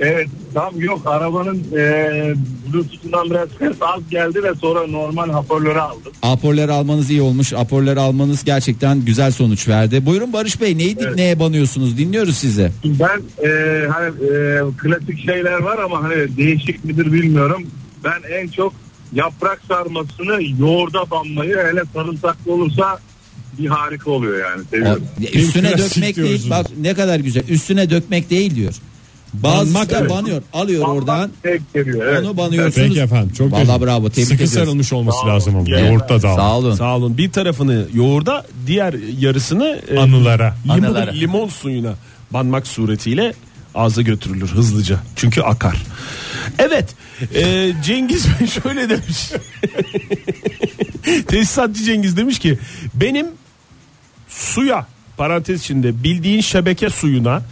[SPEAKER 6] Evet tam yok arabanın e, bluetooth'undan biraz ses az geldi ve sonra normal hoparlörü aldım.
[SPEAKER 4] Aporları almanız iyi olmuş. Aporları almanız gerçekten güzel sonuç verdi. Buyurun Barış Bey neyi neye banıyorsunuz? Dinliyoruz sizi.
[SPEAKER 6] Ben e, hani e, klasik şeyler var ama hani değişik midir bilmiyorum. Ben en çok yaprak sarmasını yoğurda banmayı hele sarımsaklı olursa bir harika oluyor yani. Seviyorum.
[SPEAKER 4] Ya Üstüne
[SPEAKER 2] klasik
[SPEAKER 4] dökmek değil.
[SPEAKER 2] diyorsunuz.
[SPEAKER 4] Bak ne kadar güzel. Üstüne dökmek değil diyor. Bazısı
[SPEAKER 2] Banmak,
[SPEAKER 4] da
[SPEAKER 2] evet.
[SPEAKER 4] banıyor. Alıyor oradan.
[SPEAKER 6] Tek geliyor. Evet.
[SPEAKER 4] Onu banıyorsunuz.
[SPEAKER 2] efendim. Çok
[SPEAKER 4] Vallahi teşekkür- bravo, tebrik Sıkı ediyoruz. sarılmış
[SPEAKER 2] olması
[SPEAKER 6] lazım ama, Evet.
[SPEAKER 2] Yoğurtta da.
[SPEAKER 4] Sağ olun.
[SPEAKER 3] Sağ olun. Bir tarafını yoğurda, diğer yarısını e,
[SPEAKER 2] Anılara.
[SPEAKER 3] limon,
[SPEAKER 4] Anılara.
[SPEAKER 3] limon suyuna banmak suretiyle ağza götürülür hızlıca. Çünkü akar. Evet. e, Cengiz Bey şöyle demiş. Tesisatçı Cengiz demiş ki benim suya parantez içinde bildiğin şebeke suyuna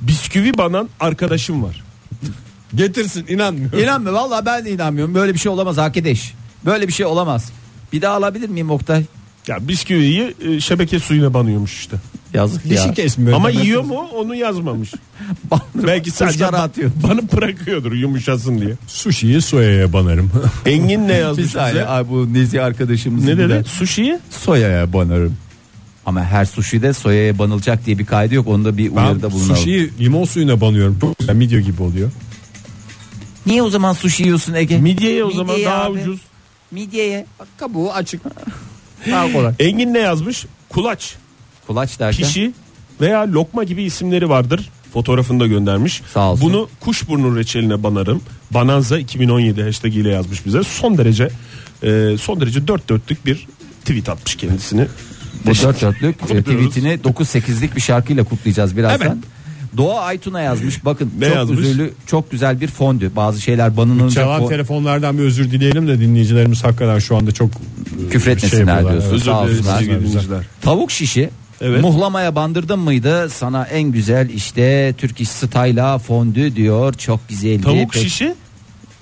[SPEAKER 3] bisküvi banan arkadaşım var.
[SPEAKER 2] Getirsin inanmıyorum.
[SPEAKER 4] İnanmıyor. Vallahi ben de inanmıyorum. Böyle bir şey olamaz arkadaş. Böyle bir şey olamaz. Bir daha alabilir miyim Oktay?
[SPEAKER 3] Ya bisküviyi e, şebeke suyuna banıyormuş işte.
[SPEAKER 4] Yazık ya.
[SPEAKER 2] Dişi kesmiyor.
[SPEAKER 3] Ama yiyor mu onu yazmamış. Belki sadece
[SPEAKER 4] Kuşlara atıyor.
[SPEAKER 3] Bana bırakıyordur yumuşasın diye.
[SPEAKER 2] Sushi'yi soyaya banarım.
[SPEAKER 3] Engin ne
[SPEAKER 4] Bir
[SPEAKER 3] yazmış
[SPEAKER 4] saniye.
[SPEAKER 3] bize?
[SPEAKER 4] Ay bu Nezi arkadaşımız.
[SPEAKER 3] Ne dedi? Sushi'yi?
[SPEAKER 4] Soyaya banarım. Ama her sushi de soyaya banılacak diye bir kaydı yok. Onda bir uyarıda bulunalım.
[SPEAKER 2] limon suyuna banıyorum. Çok güzel midye gibi oluyor.
[SPEAKER 4] Niye o zaman sushi yiyorsun Ege?
[SPEAKER 3] Midyeye o zaman
[SPEAKER 4] Midyeye
[SPEAKER 3] daha
[SPEAKER 4] abi.
[SPEAKER 3] ucuz.
[SPEAKER 4] Midyeye.
[SPEAKER 2] Kabuğu açık. Daha kolay.
[SPEAKER 3] Engin ne yazmış? Kulaç,
[SPEAKER 4] Kulaç derken.
[SPEAKER 3] pişi veya lokma gibi isimleri vardır. Fotoğrafını da göndermiş.
[SPEAKER 4] Sağ olsun.
[SPEAKER 3] Bunu kuşburnu reçeline banarım. Bananza 2017 hashtag ile yazmış bize. Son derece e, son derece dört dörtlük bir tweet atmış kendisini.
[SPEAKER 4] Bu dört dörtlük e,
[SPEAKER 3] Kutluyoruz.
[SPEAKER 4] tweetini 9-8'lik bir şarkıyla kutlayacağız birazdan. Doğa Aytun'a yazmış bakın
[SPEAKER 3] Ne
[SPEAKER 4] çok
[SPEAKER 3] yazmış?
[SPEAKER 4] üzülü çok güzel bir fondü bazı şeyler banınınca
[SPEAKER 2] Çalan
[SPEAKER 4] fo-
[SPEAKER 2] telefonlardan bir özür dileyelim de dinleyicilerimiz hakikaten şu anda çok e,
[SPEAKER 4] Küfretmesinler
[SPEAKER 2] yapıyorlar.
[SPEAKER 4] diyorsun.
[SPEAKER 2] Evet.
[SPEAKER 3] Özür
[SPEAKER 4] Sağ
[SPEAKER 3] dileriz
[SPEAKER 4] olsunlar.
[SPEAKER 3] sevgili dinleyiciler.
[SPEAKER 4] tavuk şişi
[SPEAKER 3] Evet.
[SPEAKER 4] muhlamaya bandırdın mıydı sana en güzel işte Türk iş style'a fondü diyor çok güzeldi.
[SPEAKER 3] Tavuk
[SPEAKER 4] Pek-
[SPEAKER 3] şişi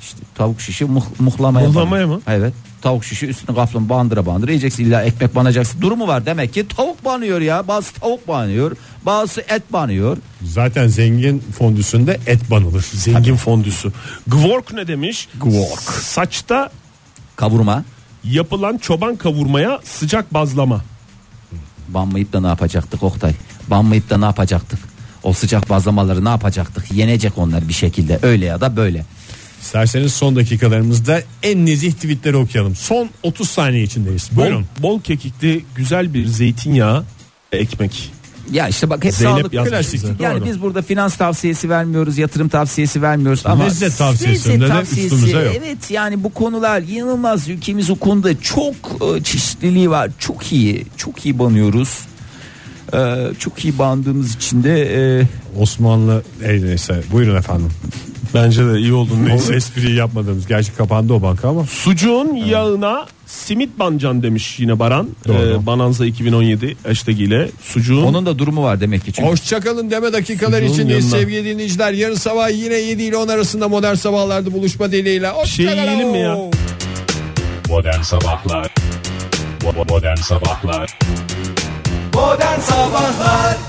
[SPEAKER 4] işte tavuk şişi muh, muhlamaya.
[SPEAKER 3] Muhlamaya
[SPEAKER 4] bandır.
[SPEAKER 3] mı?
[SPEAKER 4] Evet. Tavuk şişi üstüne kaflın bandıra bandıra yiyeceksin illa ekmek banacaksın. Durumu var demek ki tavuk banıyor ya. Bazısı tavuk banıyor. Bazısı et banıyor.
[SPEAKER 2] Zaten zengin fondüsünde et banılır.
[SPEAKER 3] zengin fondüsü. Gvork ne demiş?
[SPEAKER 4] Gvork.
[SPEAKER 3] Saçta
[SPEAKER 4] Kavurma
[SPEAKER 3] yapılan çoban kavurmaya sıcak bazlama.
[SPEAKER 4] banmayıp da ne yapacaktık Oktay? Banmayıp da ne yapacaktık? O sıcak bazlamaları ne yapacaktık? Yenecek onlar bir şekilde öyle ya da böyle.
[SPEAKER 2] İsterseniz son dakikalarımızda en nezih tweetleri okuyalım. Son 30 saniye içindeyiz.
[SPEAKER 3] Bol,
[SPEAKER 2] Buyurun.
[SPEAKER 3] bol kekikli güzel bir zeytinyağı ekmek.
[SPEAKER 4] Ya işte bak hep
[SPEAKER 3] Zeynep
[SPEAKER 4] sağlık
[SPEAKER 3] yazmış
[SPEAKER 4] Klasik.
[SPEAKER 3] bize.
[SPEAKER 4] Yani
[SPEAKER 3] Doğru.
[SPEAKER 4] biz burada finans tavsiyesi vermiyoruz, yatırım tavsiyesi vermiyoruz ama
[SPEAKER 2] Lezzet tavsiyesinde de üstümüze yok.
[SPEAKER 4] Evet yani bu konular yanılmaz ülkemiz o konuda çok e, çeşitliliği var. Çok iyi. Çok iyi banıyoruz. Ee, çok iyi bandığımız için de e,
[SPEAKER 2] Osmanlı Ey neyse buyurun efendim.
[SPEAKER 3] Bence de iyi oldun. O espriyi yapmadınız. Gerçi kapandı o banka ama.
[SPEAKER 1] Sucuğun yağına simit bancan demiş yine Baran.
[SPEAKER 3] Doğru.
[SPEAKER 1] Ee, Bananza 2017 hashtag ile sucuğun
[SPEAKER 4] Onun da durumu var demek ki. Çünkü
[SPEAKER 3] Hoşçakalın deme dakikalar
[SPEAKER 1] Sucuğun
[SPEAKER 3] içindeyiz
[SPEAKER 1] yanına.
[SPEAKER 3] sevgili dinleyiciler. Yarın sabah yine 7 ile 10 arasında modern sabahlarda buluşma dileğiyle.
[SPEAKER 1] şey
[SPEAKER 3] Hoşçakalın.
[SPEAKER 1] yiyelim mi ya?
[SPEAKER 10] Modern Sabahlar Modern Sabahlar
[SPEAKER 9] Modern Sabahlar